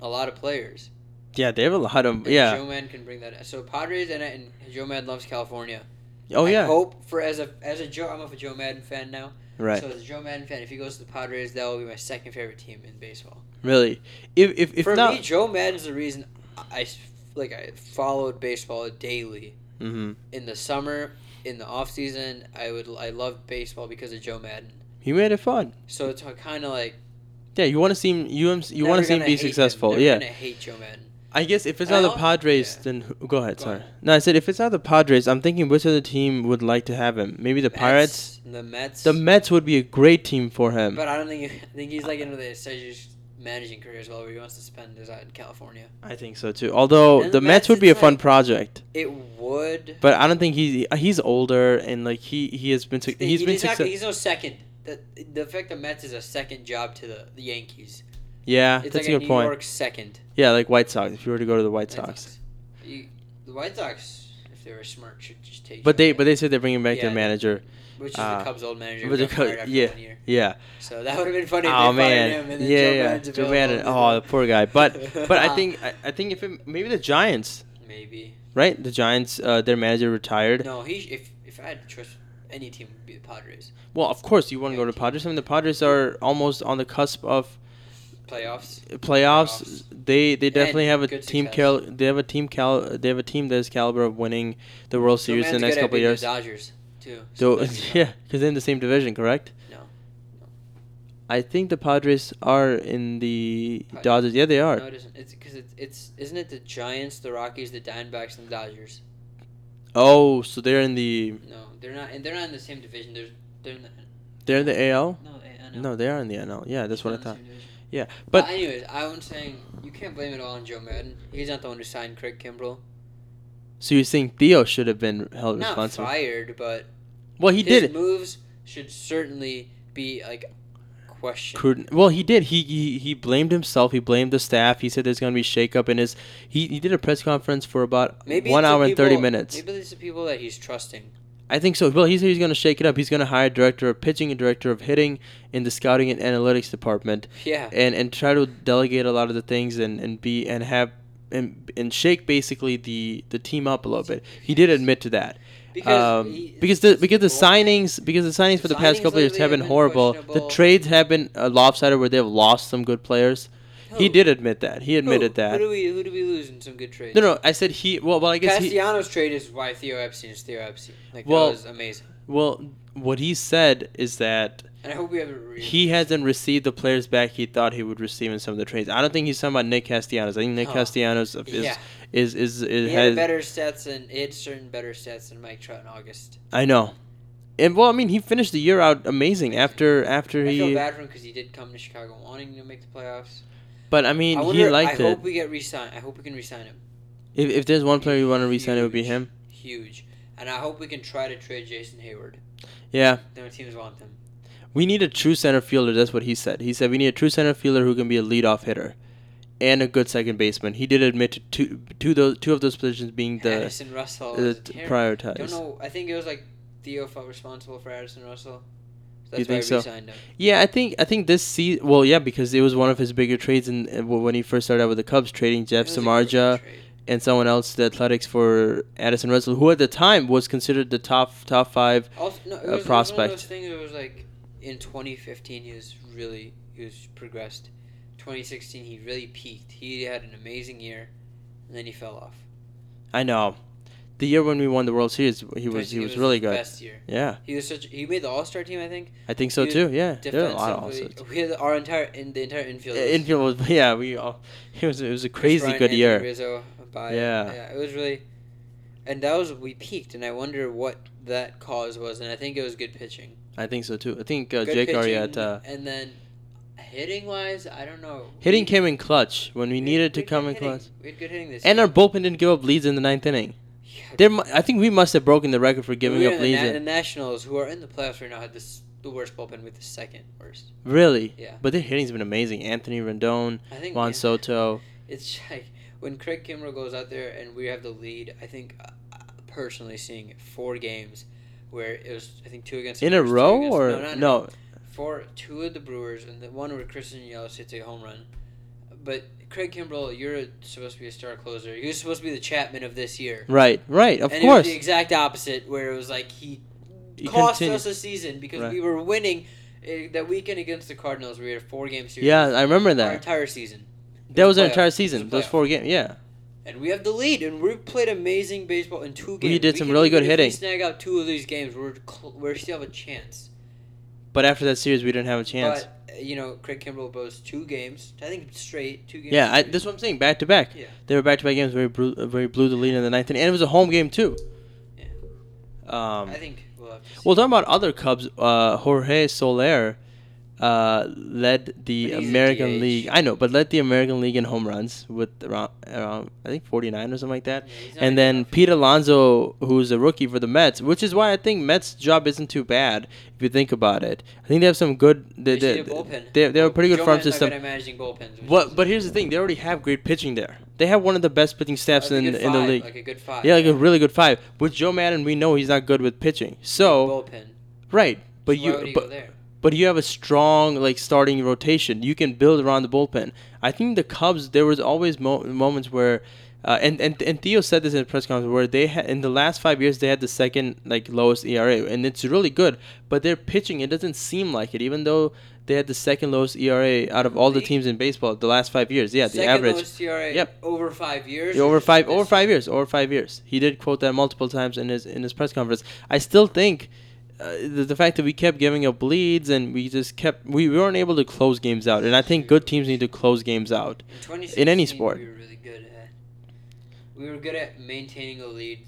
Speaker 2: a lot of players.
Speaker 1: Yeah, they have a lot of
Speaker 2: And
Speaker 1: yeah.
Speaker 2: Joe Madden can bring that. So Padres and, and Joe Madden loves California.
Speaker 1: oh
Speaker 2: I
Speaker 1: yeah,
Speaker 2: hope for as a as a Joe, I'm a Joe Madden fan now.
Speaker 1: right.
Speaker 2: So as a Joe Madden fan, if he goes to the Padres, that will be my second favorite team in baseball.
Speaker 1: Really, if if, if
Speaker 2: for
Speaker 1: not,
Speaker 2: me, Joe Madden's the reason I I s- like I followed baseball daily
Speaker 1: Mhm.
Speaker 2: in the summer, in the off season. I would I loved baseball because of Joe Madden.
Speaker 1: he made it fun.
Speaker 2: So it's kind of like
Speaker 1: Yeah, you want to see him. You want you
Speaker 2: never
Speaker 1: want to see him
Speaker 2: gonna
Speaker 1: be
Speaker 2: hate
Speaker 1: successful.
Speaker 2: Never
Speaker 1: Yeah,
Speaker 2: gonna hate Joe Madden.
Speaker 1: I guess if it's
Speaker 2: And I
Speaker 1: not the
Speaker 2: also-
Speaker 1: Padres,
Speaker 2: yeah.
Speaker 1: then who, go ahead.
Speaker 2: Go
Speaker 1: sorry,
Speaker 2: ahead.
Speaker 1: no, I said if it's not the Padres, I'm thinking which other team would like to have him. Maybe the Pirates.
Speaker 2: Mets, the Mets,
Speaker 1: The Mets would be a great team for him.
Speaker 2: but I don't think I think he's like into the Sage managing career as well, where he wants to spend his time in California.
Speaker 1: I think so too. Although
Speaker 2: And
Speaker 1: the
Speaker 2: the
Speaker 1: Mets
Speaker 2: Mets,
Speaker 1: would be a
Speaker 2: it's
Speaker 1: fun
Speaker 2: like-
Speaker 1: project,
Speaker 2: It would.
Speaker 1: but I don't think he's he's older and like he he has been su- he's
Speaker 2: he-
Speaker 1: been
Speaker 2: he's, not,
Speaker 1: successful.
Speaker 2: he's no second. The, the fact the Mets is a second job to the, the Yankees.
Speaker 1: Yeah,
Speaker 2: It's
Speaker 1: Ah, that's
Speaker 2: like
Speaker 1: a
Speaker 2: a
Speaker 1: good
Speaker 2: New
Speaker 1: point.
Speaker 2: York second.
Speaker 1: Yeah, like White Sox. If you were to go to the White
Speaker 2: I
Speaker 1: Sox.
Speaker 2: think. You, the White Sox, if they were smart, should just take.
Speaker 1: But
Speaker 2: Joe
Speaker 1: they
Speaker 2: Madden,
Speaker 1: but they said they're bringing back
Speaker 2: Yeah,
Speaker 1: their
Speaker 2: they-
Speaker 1: manager.
Speaker 2: which is
Speaker 1: uh,
Speaker 2: the Cubs' old manager.
Speaker 1: but
Speaker 2: Who
Speaker 1: the
Speaker 2: got fired
Speaker 1: Cubs-
Speaker 2: after
Speaker 1: yeah.
Speaker 2: one year.
Speaker 1: Yeah.
Speaker 2: So that would have been funny. if
Speaker 1: Oh
Speaker 2: they fired
Speaker 1: man.
Speaker 2: Him and then
Speaker 1: yeah,
Speaker 2: Joe
Speaker 1: yeah.
Speaker 2: Madden's
Speaker 1: Joe
Speaker 2: available
Speaker 1: Madden.
Speaker 2: and
Speaker 1: Oh, the
Speaker 2: then-
Speaker 1: poor guy. But but I think I, I think if it, maybe the Giants,
Speaker 2: maybe
Speaker 1: right? The Giants, uh, their manager retired.
Speaker 2: no. He if if I had to trust any team, it would be the Padres
Speaker 1: Well, of course you want to go to Padres. I mean, the Padres are almost on the cusp of
Speaker 2: playoffs.
Speaker 1: playoffs.
Speaker 2: Playoffs.
Speaker 1: They they definitely
Speaker 2: And
Speaker 1: have a
Speaker 2: good
Speaker 1: team
Speaker 2: success.
Speaker 1: cal. They have a team cal. They have a team that is caliber of winning the World
Speaker 2: Joe
Speaker 1: Series in the next
Speaker 2: Madden's good at
Speaker 1: couple of
Speaker 2: beating
Speaker 1: years.
Speaker 2: The Dodgers too.
Speaker 1: So,
Speaker 2: that's not-
Speaker 1: yeah, because they're in the same division, correct?
Speaker 2: No.
Speaker 1: I think the Padres are in the
Speaker 2: Padres.
Speaker 1: Dodgers. Yeah, they are.
Speaker 2: No, it isn't. It's because it's, it's isn't it the Giants, the Rockies, the Diamondbacks, and the Dodgers?
Speaker 1: Oh, so they're in the
Speaker 2: No, they're not, and they're not in the same division. They're they're in the,
Speaker 1: they're in the AL.
Speaker 2: no, eh, I, I know.
Speaker 1: No, they are in the NL. Yeah, that's what I
Speaker 2: Not in the
Speaker 1: thought.
Speaker 2: same division.
Speaker 1: Yeah,
Speaker 2: But
Speaker 1: but
Speaker 2: anyways, I'm saying you can't blame it all on Joe Madden. He's not the one who signed Craig Kimbrell.
Speaker 1: so you're saying Theo should have been held
Speaker 2: Not
Speaker 1: responsible?
Speaker 2: fired, but
Speaker 1: Well, he
Speaker 2: his
Speaker 1: did.
Speaker 2: moves should certainly be like questioned.
Speaker 1: Cruden- Well, he did. He, he he blamed himself. He blamed the staff. He said there's going to be shakeup in his. He, he did a press conference for about
Speaker 2: Maybe
Speaker 1: one
Speaker 2: it's the
Speaker 1: hour and thirty
Speaker 2: people-
Speaker 1: minutes.
Speaker 2: Maybe it's the people that he's trusting.
Speaker 1: I think so. Well, he's he's going to shake it up. He's going to hire a director of pitching, a director of hitting in the scouting and analytics department,
Speaker 2: Yeah.
Speaker 1: and and try to delegate a lot of the things and and be and have and and shake basically the the team up a little bit. He did admit to that.
Speaker 2: Because
Speaker 1: um,
Speaker 2: he-
Speaker 1: because the because the
Speaker 2: it's boring.
Speaker 1: signings because the signings for the past
Speaker 2: Signings
Speaker 1: couple of years
Speaker 2: lately
Speaker 1: have
Speaker 2: have
Speaker 1: been
Speaker 2: been
Speaker 1: horrible. The
Speaker 2: questionable.
Speaker 1: trades have been uh, lopsided where they've lost some good players. He
Speaker 2: Who?
Speaker 1: did admit that. He
Speaker 2: Who?
Speaker 1: admitted that.
Speaker 2: Who do we who do we lose in some good trades?
Speaker 1: No, no. I said he. Well, well, I guess he.
Speaker 2: Castellanos trade is why Theo Epstein is Theo Epstein. Like
Speaker 1: Well-
Speaker 2: that was amazing.
Speaker 1: Well, what he said is that
Speaker 2: And I hope we haven't re-
Speaker 1: he hasn't received the players back he thought he would receive in some of the trades. I don't think he's talking about Nick Castellanos. I think Nick
Speaker 2: Huh.
Speaker 1: Castellanos is
Speaker 2: Yeah.
Speaker 1: is is, is,
Speaker 2: He
Speaker 1: has.
Speaker 2: had better stats than he had certain better stats than Mike Trout in August.
Speaker 1: I know, and well, I mean, he finished the year out amazing after after
Speaker 2: I feel
Speaker 1: he.
Speaker 2: bad for him because he did come to Chicago wanting to make the playoffs.
Speaker 1: But I mean,
Speaker 2: I
Speaker 1: he
Speaker 2: wonder,
Speaker 1: liked
Speaker 2: I
Speaker 1: it.
Speaker 2: hope we get re-signed. I hope we can re-sign him.
Speaker 1: If, if there's one player you want to resign, it would be
Speaker 2: Huge.
Speaker 1: him.
Speaker 2: Huge. And I hope we can try to trade Jason Hayward.
Speaker 1: Yeah,
Speaker 2: No teams want them.
Speaker 1: we need a true center fielder. That's what he said. He said we need a true center fielder who can be a leadoff hitter, and a good second baseman. He did admit to two, two those two of those positions being the
Speaker 2: Addison Russell.
Speaker 1: uh,
Speaker 2: is
Speaker 1: t-
Speaker 2: terrible.
Speaker 1: prioritized.
Speaker 2: Don't know. I think it was like Theo felt responsible for Addison Russell. That's
Speaker 1: You
Speaker 2: why
Speaker 1: think
Speaker 2: I
Speaker 1: so?
Speaker 2: re-signed him.
Speaker 1: Yeah, I think I think this season. Well, yeah, because it was one of his bigger trades in uh, w- when he first started out with the Cubs, trading
Speaker 2: It
Speaker 1: Jeff
Speaker 2: was a great
Speaker 1: Samarja
Speaker 2: trade.
Speaker 1: and someone else, the Athletics, for Addison Russell, who at the time was considered the top top five.
Speaker 2: Also, no,
Speaker 1: a
Speaker 2: it was, it was one
Speaker 1: prospect.
Speaker 2: of those things. It was like in 2015 he was really he was progressed. 2016 he really peaked. He had an amazing year, and then he fell off.
Speaker 1: I know, the year when we won the World Series, he was he
Speaker 2: 2016
Speaker 1: was really
Speaker 2: his
Speaker 1: good.
Speaker 2: Best year.
Speaker 1: Yeah,
Speaker 2: He was such. He made the All Star team, I think.
Speaker 1: I think so
Speaker 2: He was
Speaker 1: too. Yeah, there are a lot of Uh, also.
Speaker 2: Defensively, oh, we had our entire in the entire infield. was
Speaker 1: Infield was yeah we all it was it was a
Speaker 2: Chris
Speaker 1: crazy
Speaker 2: Bryant,
Speaker 1: good
Speaker 2: Anthony
Speaker 1: year.
Speaker 2: Rizzo, Abaya.
Speaker 1: Yeah.
Speaker 2: yeah, it was really, and that was we peaked, and I wonder what that cause was, and I think it was good pitching.
Speaker 1: I think so too. I think uh,
Speaker 2: Good
Speaker 1: Jake
Speaker 2: pitching,
Speaker 1: Arrieta
Speaker 2: And then hitting wise, I don't know.
Speaker 1: hitting
Speaker 2: We-
Speaker 1: came in clutch when we
Speaker 2: we-
Speaker 1: needed to
Speaker 2: we had
Speaker 1: come
Speaker 2: good
Speaker 1: in
Speaker 2: hitting.
Speaker 1: clutch,
Speaker 2: We had good hitting this
Speaker 1: and
Speaker 2: year.
Speaker 1: our bullpen didn't give up leads in the ninth inning.
Speaker 2: Yeah,
Speaker 1: There, mu- I think we must have broken the record for giving
Speaker 2: we were
Speaker 1: up
Speaker 2: in the
Speaker 1: leads.
Speaker 2: Na- The
Speaker 1: in-
Speaker 2: Nationals, who are in the playoffs right now, had this, the worst bullpen with the second worst.
Speaker 1: Really?
Speaker 2: Yeah.
Speaker 1: But their hitting's been amazing. Anthony Rendon,
Speaker 2: I think
Speaker 1: Juan
Speaker 2: yeah,
Speaker 1: Soto.
Speaker 2: It's like when Craig Kimbrell goes out there and we have the lead. I think uh, uh, personally seeing four games where it was I think two against the
Speaker 1: In a
Speaker 2: Brewers, two
Speaker 1: row
Speaker 2: against-
Speaker 1: or
Speaker 2: no, not
Speaker 1: no?
Speaker 2: in a row. four two of the Brewers and the one where Christian Yelich hits a home run. But Craig Kimbrell, you're supposed to be a star closer. You're supposed to be the Chapman of this year.
Speaker 1: Right, right, of
Speaker 2: and it was
Speaker 1: course.
Speaker 2: the exact opposite, where it was like he
Speaker 1: He
Speaker 2: cost
Speaker 1: continued-
Speaker 2: us a season because
Speaker 1: Right.
Speaker 2: we were winning uh, that weekend against the Cardinals. We had a four game series.
Speaker 1: Yeah, I remember
Speaker 2: Our
Speaker 1: that.
Speaker 2: entire season.
Speaker 1: That was our
Speaker 2: playoff.
Speaker 1: entire
Speaker 2: It's a
Speaker 1: season. Those
Speaker 2: playoff.
Speaker 1: four games. Yeah.
Speaker 2: And we have the lead, and we've played amazing baseball in two games.
Speaker 1: did
Speaker 2: We
Speaker 1: some
Speaker 2: can-
Speaker 1: really
Speaker 2: even
Speaker 1: good
Speaker 2: if
Speaker 1: hitting.
Speaker 2: We snag out two of these games. We're cl- we still have a chance.
Speaker 1: But after that series, we didn't have a chance.
Speaker 2: But uh, you know, Craig Kimbrell goes two games. I think straight two games.
Speaker 1: yeah, I,
Speaker 2: straight.
Speaker 1: that's what I'm saying. Back to back.
Speaker 2: Yeah.
Speaker 1: They were back to back games where we, blew, uh, where we blew the lead in the ninth inning. And it was a home game, too.
Speaker 2: Yeah.
Speaker 1: Um,
Speaker 2: I think we'll have to see.
Speaker 1: well, talking about other Cubs, uh, Jorge Soler uh, led the
Speaker 2: But he's a
Speaker 1: American
Speaker 2: DH.
Speaker 1: League. I know, but led the American League in home runs with around, around I think 49 or something like that.
Speaker 2: Yeah, he's not
Speaker 1: and
Speaker 2: even
Speaker 1: then
Speaker 2: up.
Speaker 1: Pete Alonso, who's a rookie for the Mets, which is why I think Mets' job isn't too bad if you think about it. I think they have some good. They,
Speaker 2: They should
Speaker 1: they,
Speaker 2: do bullpen.
Speaker 1: they, they have a pretty good
Speaker 2: Joe
Speaker 1: farm
Speaker 2: Man's not
Speaker 1: system.
Speaker 2: good at managing bullpens, which
Speaker 1: What?
Speaker 2: is-
Speaker 1: But here's the thing: they already have great pitching there. They have one of the best pitching staffs
Speaker 2: like a
Speaker 1: in,
Speaker 2: good
Speaker 1: in the
Speaker 2: five,
Speaker 1: league.
Speaker 2: Like a good five.
Speaker 1: yeah, like a really good five. With Joe Madden, we know he's not good with pitching. So
Speaker 2: bullpen.
Speaker 1: right, but
Speaker 2: So why would
Speaker 1: you
Speaker 2: he go
Speaker 1: but,
Speaker 2: there?
Speaker 1: but you have a strong like starting rotation. You can build around the bullpen. I think the Cubs there was always mo- moments where, uh, and and and Theo said this in a press conference where they had in the last five years they had the second like lowest ERA, and it's really good. But their pitching it doesn't seem like it, even though they had the second lowest ERA out of all the
Speaker 2: Really?
Speaker 1: teams in baseball the last five years. Yeah, the
Speaker 2: Second
Speaker 1: average.
Speaker 2: lowest ERA
Speaker 1: Yep.
Speaker 2: over five years.
Speaker 1: Yeah,
Speaker 2: or
Speaker 1: over
Speaker 2: just
Speaker 1: five
Speaker 2: this
Speaker 1: over
Speaker 2: year?
Speaker 1: five years over five years he did quote that multiple times in his in his press conference i still think uh, the, the fact that we kept giving up leads and we just kept we, we weren't able to close games out and i think good teams need to close games out
Speaker 2: In, 2016,
Speaker 1: sport.
Speaker 2: We were really good at. We were good at maintaining a lead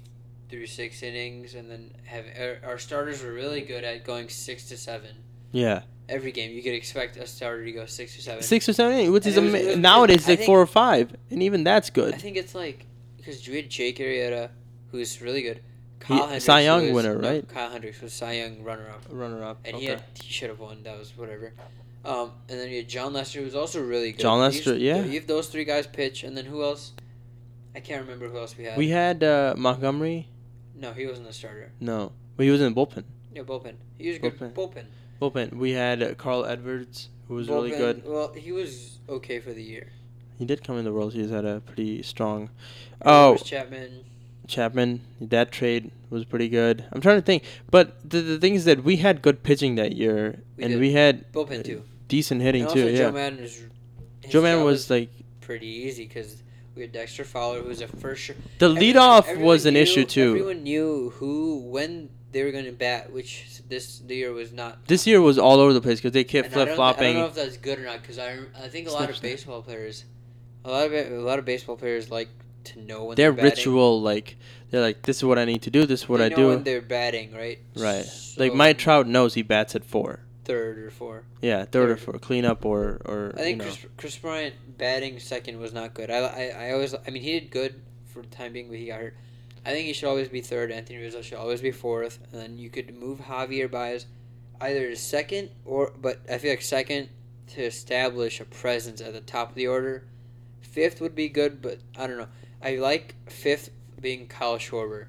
Speaker 2: through six innings, and then have our, our starters were really good at going six to seven
Speaker 1: yeah
Speaker 2: every game. You could expect a starter to go six or seven.
Speaker 1: six or seven innings, which
Speaker 2: And
Speaker 1: is
Speaker 2: it was-
Speaker 1: ama-
Speaker 2: it was-
Speaker 1: nowadays
Speaker 2: I
Speaker 1: like
Speaker 2: think-
Speaker 1: four or five and even that's
Speaker 2: I
Speaker 1: good
Speaker 2: think it's like because you had Jake Arrieta, who's really good.
Speaker 1: He-
Speaker 2: Kyle
Speaker 1: Cy
Speaker 2: who
Speaker 1: Young
Speaker 2: was-
Speaker 1: winner,
Speaker 2: no,
Speaker 1: right?
Speaker 2: Kyle Hendricks was Cy Young runner-up,
Speaker 1: runner up
Speaker 2: and he had he should have won. That was whatever. Um, and then you had John Lester, who's also really good.
Speaker 1: John
Speaker 2: These-
Speaker 1: Lester, yeah.
Speaker 2: You have those three guys pitch, and then who else? I can't remember who else we had.
Speaker 1: we had uh, montgomery
Speaker 2: No, he wasn't the starter.
Speaker 1: No, but he was in the bullpen.
Speaker 2: Yeah, bullpen. He was good.
Speaker 1: Bullpen.
Speaker 2: Bullpen.
Speaker 1: Bullpen. We had uh, Carl Edwards, who was really
Speaker 2: Bullpen-
Speaker 1: good.
Speaker 2: Well, he was okay for the year.
Speaker 1: He did come in the World Series at a pretty strong.
Speaker 2: Chris
Speaker 1: Oh,
Speaker 2: Chapman.
Speaker 1: Chapman, that trade was pretty good. I'm trying to think, but the, the thing is that we had good pitching that year,
Speaker 2: We
Speaker 1: and
Speaker 2: did.
Speaker 1: we had
Speaker 2: Bullpen too.
Speaker 1: decent hitting
Speaker 2: and
Speaker 1: too.
Speaker 2: also
Speaker 1: yeah,
Speaker 2: Joe Madden was. his
Speaker 1: Joe Man
Speaker 2: job
Speaker 1: was like
Speaker 2: pretty easy because we had Dexter Fowler, who was a first. Sh-
Speaker 1: the
Speaker 2: Every-
Speaker 1: leadoff
Speaker 2: everyone
Speaker 1: was an
Speaker 2: knew-
Speaker 1: issue too.
Speaker 2: Everyone knew who when they were going to bat, which this year was not.
Speaker 1: This year was all over the place because they kept
Speaker 2: And I don't-
Speaker 1: flip
Speaker 2: I don't know
Speaker 1: flopping.
Speaker 2: if that's good or not because I, rem- I think a lot
Speaker 1: Snap,
Speaker 2: of
Speaker 1: snap.
Speaker 2: baseball players, a lot of ba- a lot of baseball players like to know when
Speaker 1: Their
Speaker 2: they're batting.
Speaker 1: ritual, like they're like, this is what I need to do. This is what
Speaker 2: They
Speaker 1: I
Speaker 2: know
Speaker 1: do.
Speaker 2: when they're batting, right?
Speaker 1: Right.
Speaker 2: So
Speaker 1: like Mike Trout knows he bats at four.
Speaker 2: third or four.
Speaker 1: Yeah, third or
Speaker 2: Third.
Speaker 1: four, cleanup or or
Speaker 2: I think
Speaker 1: you know.
Speaker 2: Chris, Chris Bryant batting second was not good. I, I I always I mean he did good for the time being, but he got hurt. I think he should always be third. Anthony Rizzo should always be fourth, and then you could move Javier Baez either to second or but I feel like second to establish a presence at the top of the order. Fifth would be good, but I don't know. I like fifth being Kyle Schwarber.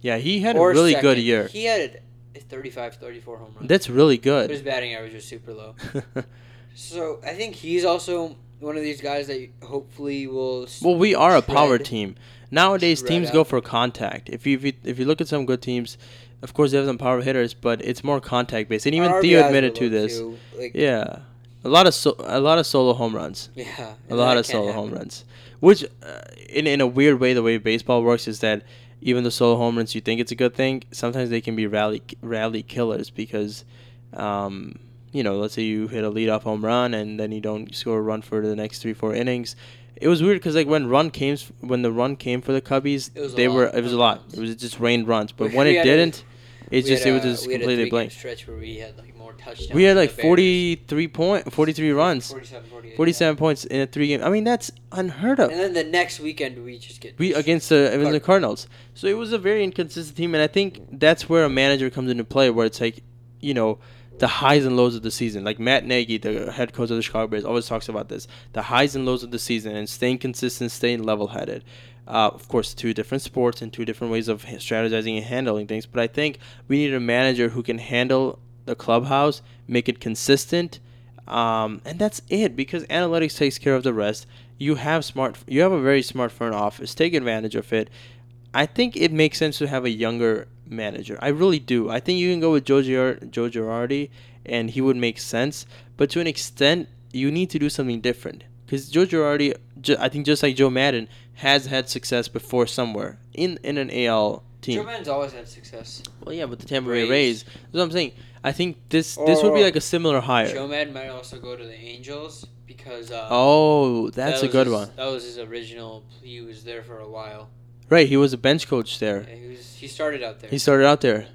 Speaker 1: yeah, he had a
Speaker 2: Or
Speaker 1: really good
Speaker 2: second.
Speaker 1: year.
Speaker 2: He had a 35, 34 home run.
Speaker 1: That's really
Speaker 2: But his
Speaker 1: good.
Speaker 2: batting average was super low. So I think he's also one of these guys that hopefully will. s-
Speaker 1: well, we are a power
Speaker 2: Shred.
Speaker 1: team nowadays.
Speaker 2: Shred
Speaker 1: teams go
Speaker 2: out.
Speaker 1: for contact. If you, if you if you look at some good teams, of course they have some power hitters, but it's more contact based. And even
Speaker 2: our
Speaker 1: Theo
Speaker 2: RBIs
Speaker 1: admitted
Speaker 2: were
Speaker 1: to
Speaker 2: low,
Speaker 1: this.
Speaker 2: too. Like, yeah,
Speaker 1: Yeah, a lot of so, a lot of solo home runs.
Speaker 2: and
Speaker 1: a lot
Speaker 2: that
Speaker 1: of
Speaker 2: can't
Speaker 1: solo
Speaker 2: happen.
Speaker 1: home runs. Which, uh, in in a weird way, the way baseball works is that even the solo home runs you think it's a good thing, sometimes they can be rally rally killers because, um, you know, let's say you hit a leadoff home run and then you don't score a run for the next three four innings. It was weird because like when run came s- when the run came for the Cubbies,
Speaker 2: It was a
Speaker 1: they
Speaker 2: lot
Speaker 1: were
Speaker 2: of
Speaker 1: it was a
Speaker 2: home
Speaker 1: lot.
Speaker 2: runs.
Speaker 1: It was it just rained runs, but
Speaker 2: We-
Speaker 1: when
Speaker 2: we
Speaker 1: it
Speaker 2: had a-
Speaker 1: didn't,
Speaker 2: We
Speaker 1: it's
Speaker 2: had
Speaker 1: just it was
Speaker 2: a-
Speaker 1: just
Speaker 2: we had a
Speaker 1: completely
Speaker 2: three-game
Speaker 1: blank.
Speaker 2: Stretch where we had like more touchdowns.
Speaker 1: We had
Speaker 2: than
Speaker 1: like
Speaker 2: the Bears.
Speaker 1: forty three point forty three runs,
Speaker 2: 47, 48, yeah.
Speaker 1: forty seven points in a three game. I mean that's unheard of.
Speaker 2: And then the next weekend we just get
Speaker 1: We against the against the Cardinals. So it was a very inconsistent team, and I think that's where a manager comes into play, where it's like, you know, the highs and lows of the season. Like Matt Nagy, the head coach of the Chicago Bears, always talks about this: the highs and lows of the season, and staying consistent, staying level-headed. Uh, of course, two different sports and two different ways of strategizing and handling things. But I think we need a manager who can handle the clubhouse, make it consistent, um, and that's it because analytics takes care of the rest. You have smart, you have a very smart front office. Take advantage of it. I think it makes sense to have a younger manager. I really do. I think you can go with Joe, Giar- Joe Girardi, and he would make sense. But to an extent, you need to do something different because Joe Girardi, ju- I think, just like Joe Madden, has had success before somewhere in in an AL
Speaker 2: Joe
Speaker 1: team.
Speaker 2: Madden's always had success.
Speaker 1: Well, yeah, but the Tampa Bay
Speaker 2: Rays.
Speaker 1: Rays. That's what I'm saying. I think this this would be
Speaker 2: Or-
Speaker 1: like a similar hire.
Speaker 2: Joe Madden might also go to the Angels because uh,
Speaker 1: Oh,
Speaker 2: that
Speaker 1: that's a
Speaker 2: was
Speaker 1: good
Speaker 2: his-
Speaker 1: one.
Speaker 2: That was his original. He was there for a while.
Speaker 1: Right, he was a bench coach there.
Speaker 2: Yeah, He was he started out there.
Speaker 1: He started out there.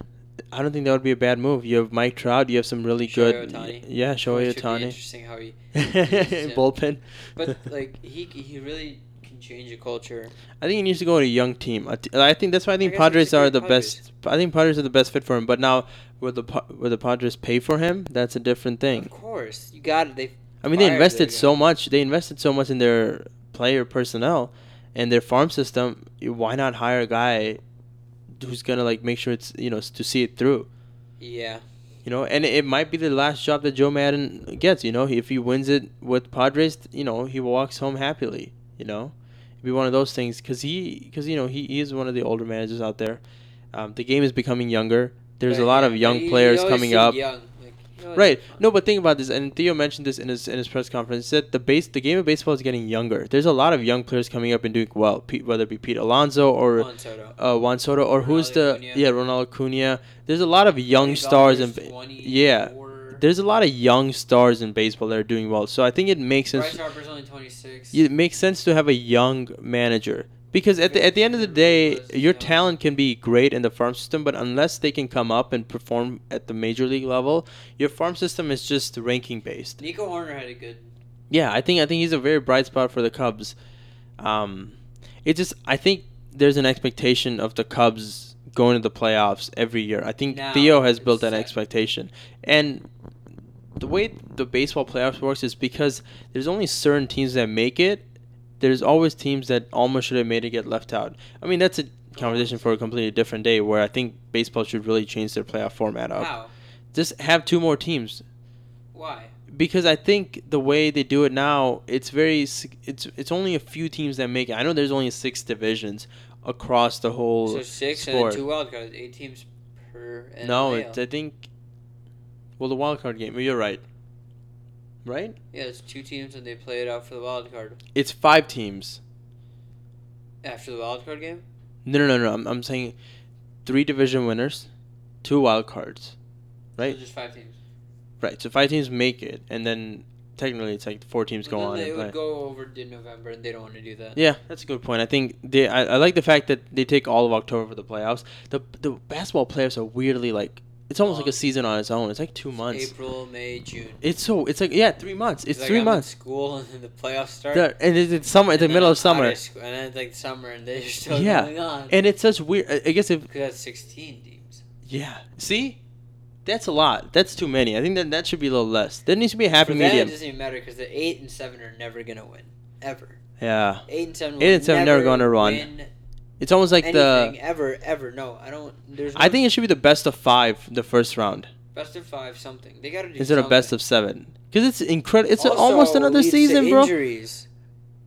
Speaker 1: I don't think that would be a bad move. You have Mike Trout. You have some really
Speaker 2: Shohei
Speaker 1: good.
Speaker 2: Ohtani.
Speaker 1: Yeah, Shohei
Speaker 2: Which would be
Speaker 1: Otani.
Speaker 2: Interesting how he Yeah.
Speaker 1: Bullpen.
Speaker 2: But like he he really can change a culture.
Speaker 1: I think he needs to go to a young team. A t- I think that's why I think
Speaker 2: guess we
Speaker 1: Padres
Speaker 2: should go
Speaker 1: are
Speaker 2: with
Speaker 1: the
Speaker 2: Padres.
Speaker 1: best. I think Padres are the best fit for him. But now, will the Pa- will the Padres pay for him? That's a different
Speaker 2: Of
Speaker 1: thing.
Speaker 2: course, you got it. They
Speaker 1: I mean, they
Speaker 2: Fired
Speaker 1: invested
Speaker 2: their
Speaker 1: so much. They invested so much in their player personnel and their farm system. Why not hire a guy who's gonna like make sure it's you know s- to see it through?
Speaker 2: yeah.
Speaker 1: You know, and it might be the last job that Joe Madden gets. You know, if he wins it with Padres, you know, he walks home happily. You know, it'd be one of those things because he, because you know, he, he is one of the older managers out there. Um, the game is becoming younger. There's
Speaker 2: But,
Speaker 1: a lot
Speaker 2: yeah,
Speaker 1: of
Speaker 2: but you-
Speaker 1: young
Speaker 2: you
Speaker 1: players
Speaker 2: always
Speaker 1: coming
Speaker 2: seem
Speaker 1: up.
Speaker 2: young, like, you always
Speaker 1: Right.
Speaker 2: seem
Speaker 1: No, but think about this, and Theo mentioned this in his in his press conference. He said the base, the game of baseball is getting younger. There's a lot of young players coming up and doing well, Pete, whether it be Pete Alonso or
Speaker 2: Juan Soto.
Speaker 1: uh, Juan Soto or who's
Speaker 2: Ronald
Speaker 1: the
Speaker 2: Acuña.
Speaker 1: yeah Ronald Acuna. There's a lot of young
Speaker 2: He's
Speaker 1: stars in
Speaker 2: almost
Speaker 1: ba-
Speaker 2: 24.
Speaker 1: yeah. there's a lot of young stars in baseball that are doing well. So I think it makes sense.
Speaker 2: Bryce Harper's only 26.
Speaker 1: It makes sense to have a young manager because at the at the end of the day, your talent can be great in the farm system, but unless they can come up and perform at the major league level, your farm system is just ranking based.
Speaker 2: Nico Horner had a good.
Speaker 1: Yeah, I think I think he's a very bright spot for the Cubs. Um, it just I think there's an expectation of the Cubs going to the playoffs every year. I think
Speaker 2: Now,
Speaker 1: Theo has built
Speaker 2: it's
Speaker 1: that
Speaker 2: set.
Speaker 1: expectation, and the way the baseball playoffs works is because there's only certain teams that make it. There's always teams that almost should have made it get left out. I mean that's a conversation for a completely different day where I think baseball should really change their playoff format up.
Speaker 2: How?
Speaker 1: Just have two more teams
Speaker 2: Why?
Speaker 1: because I think the way they do it now, it's very s- it's it's only a few teams that make it. I know there's only six divisions across the whole
Speaker 2: So six and
Speaker 1: sport.
Speaker 2: then two wild cards, eight teams per.
Speaker 1: no,
Speaker 2: NL.
Speaker 1: it's I think well the wild card game. You're right. Right?
Speaker 2: yeah, it's two teams and they play it out for the wild card
Speaker 1: It's five teams.
Speaker 2: after the wild card game.
Speaker 1: No, no, no, no. I'm, I'm saying three division winners, two wild cards. Right.
Speaker 2: So just five teams.
Speaker 1: Right. So five teams make it, and then technically it's like four teams
Speaker 2: But
Speaker 1: go
Speaker 2: then
Speaker 1: on
Speaker 2: They
Speaker 1: and play.
Speaker 2: would go over to November, and they don't want to do that.
Speaker 1: Yeah, that's a good point. I think they. I, I like the fact that they take all of October for the playoffs. The the basketball playoffs are weirdly like it's almost like a
Speaker 2: Long.
Speaker 1: season on its own. It's like two
Speaker 2: It's
Speaker 1: months.
Speaker 2: April, May, June.
Speaker 1: It's so it's like yeah, three months. It's
Speaker 2: like
Speaker 1: three
Speaker 2: I'm in
Speaker 1: months.
Speaker 2: School and then the playoffs start.
Speaker 1: The- and it's, it's summer. It's the
Speaker 2: and then
Speaker 1: middle
Speaker 2: I'm
Speaker 1: of summer,
Speaker 2: outta sc- and then it's like summer, and they're still
Speaker 1: Yeah.
Speaker 2: going on.
Speaker 1: and it's such weird. I I guess if
Speaker 2: Because that's sixteen teams.
Speaker 1: yeah, see, that's a lot. That's too many. I think that that should be a little less. There needs to be a happy
Speaker 2: For them,
Speaker 1: medium.
Speaker 2: it doesn't even matter because the eight and seven are never gonna win, ever.
Speaker 1: yeah,
Speaker 2: Eight and seven.
Speaker 1: Eight
Speaker 2: will
Speaker 1: and seven never gonna run.
Speaker 2: win
Speaker 1: it's almost like
Speaker 2: anything
Speaker 1: the.
Speaker 2: ever, ever. No, I don't. There's.
Speaker 1: I
Speaker 2: no
Speaker 1: think it should be the best of five, the first round,
Speaker 2: best of five something. They gotta do.
Speaker 1: instead of
Speaker 2: something.
Speaker 1: best of seven, because it's incredible. It's a-
Speaker 2: Also
Speaker 1: almost another
Speaker 2: leads to
Speaker 1: season, bro.
Speaker 2: Injuries,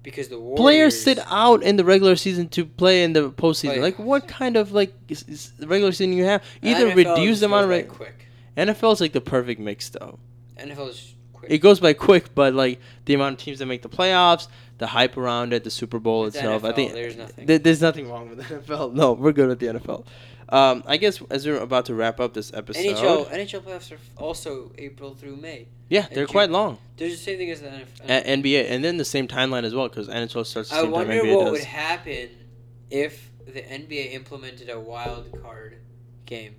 Speaker 2: because the Warriors
Speaker 1: players sit out in the regular season to play in the postseason.
Speaker 2: Playoffs.
Speaker 1: Like, what kind of like is, is the regular season you have? Either
Speaker 2: NFL
Speaker 1: reduce
Speaker 2: just
Speaker 1: the amount of
Speaker 2: goes by
Speaker 1: reg-
Speaker 2: quick.
Speaker 1: NFL is like the perfect mix, though.
Speaker 2: NFL is quick.
Speaker 1: It goes by quick, but like the amount of teams that make the playoffs, the hype around it, the Super Bowl
Speaker 2: It's
Speaker 1: itself. I
Speaker 2: NFL,
Speaker 1: think
Speaker 2: there's nothing.
Speaker 1: th- there's nothing wrong with NFL. No, we're good with the NFL. Um, I guess as we're about to wrap up this episode,
Speaker 2: NHL NHL playoffs are also April through May.
Speaker 1: yeah, they're
Speaker 2: and
Speaker 1: quite
Speaker 2: June.
Speaker 1: long.
Speaker 2: They're the same thing as the NFL.
Speaker 1: A- NBA, and then the same timeline as well, because NHL starts the
Speaker 2: Uh, I
Speaker 1: same time
Speaker 2: wonder
Speaker 1: NBA
Speaker 2: what
Speaker 1: does.
Speaker 2: would happen if the NBA implemented a wild card game.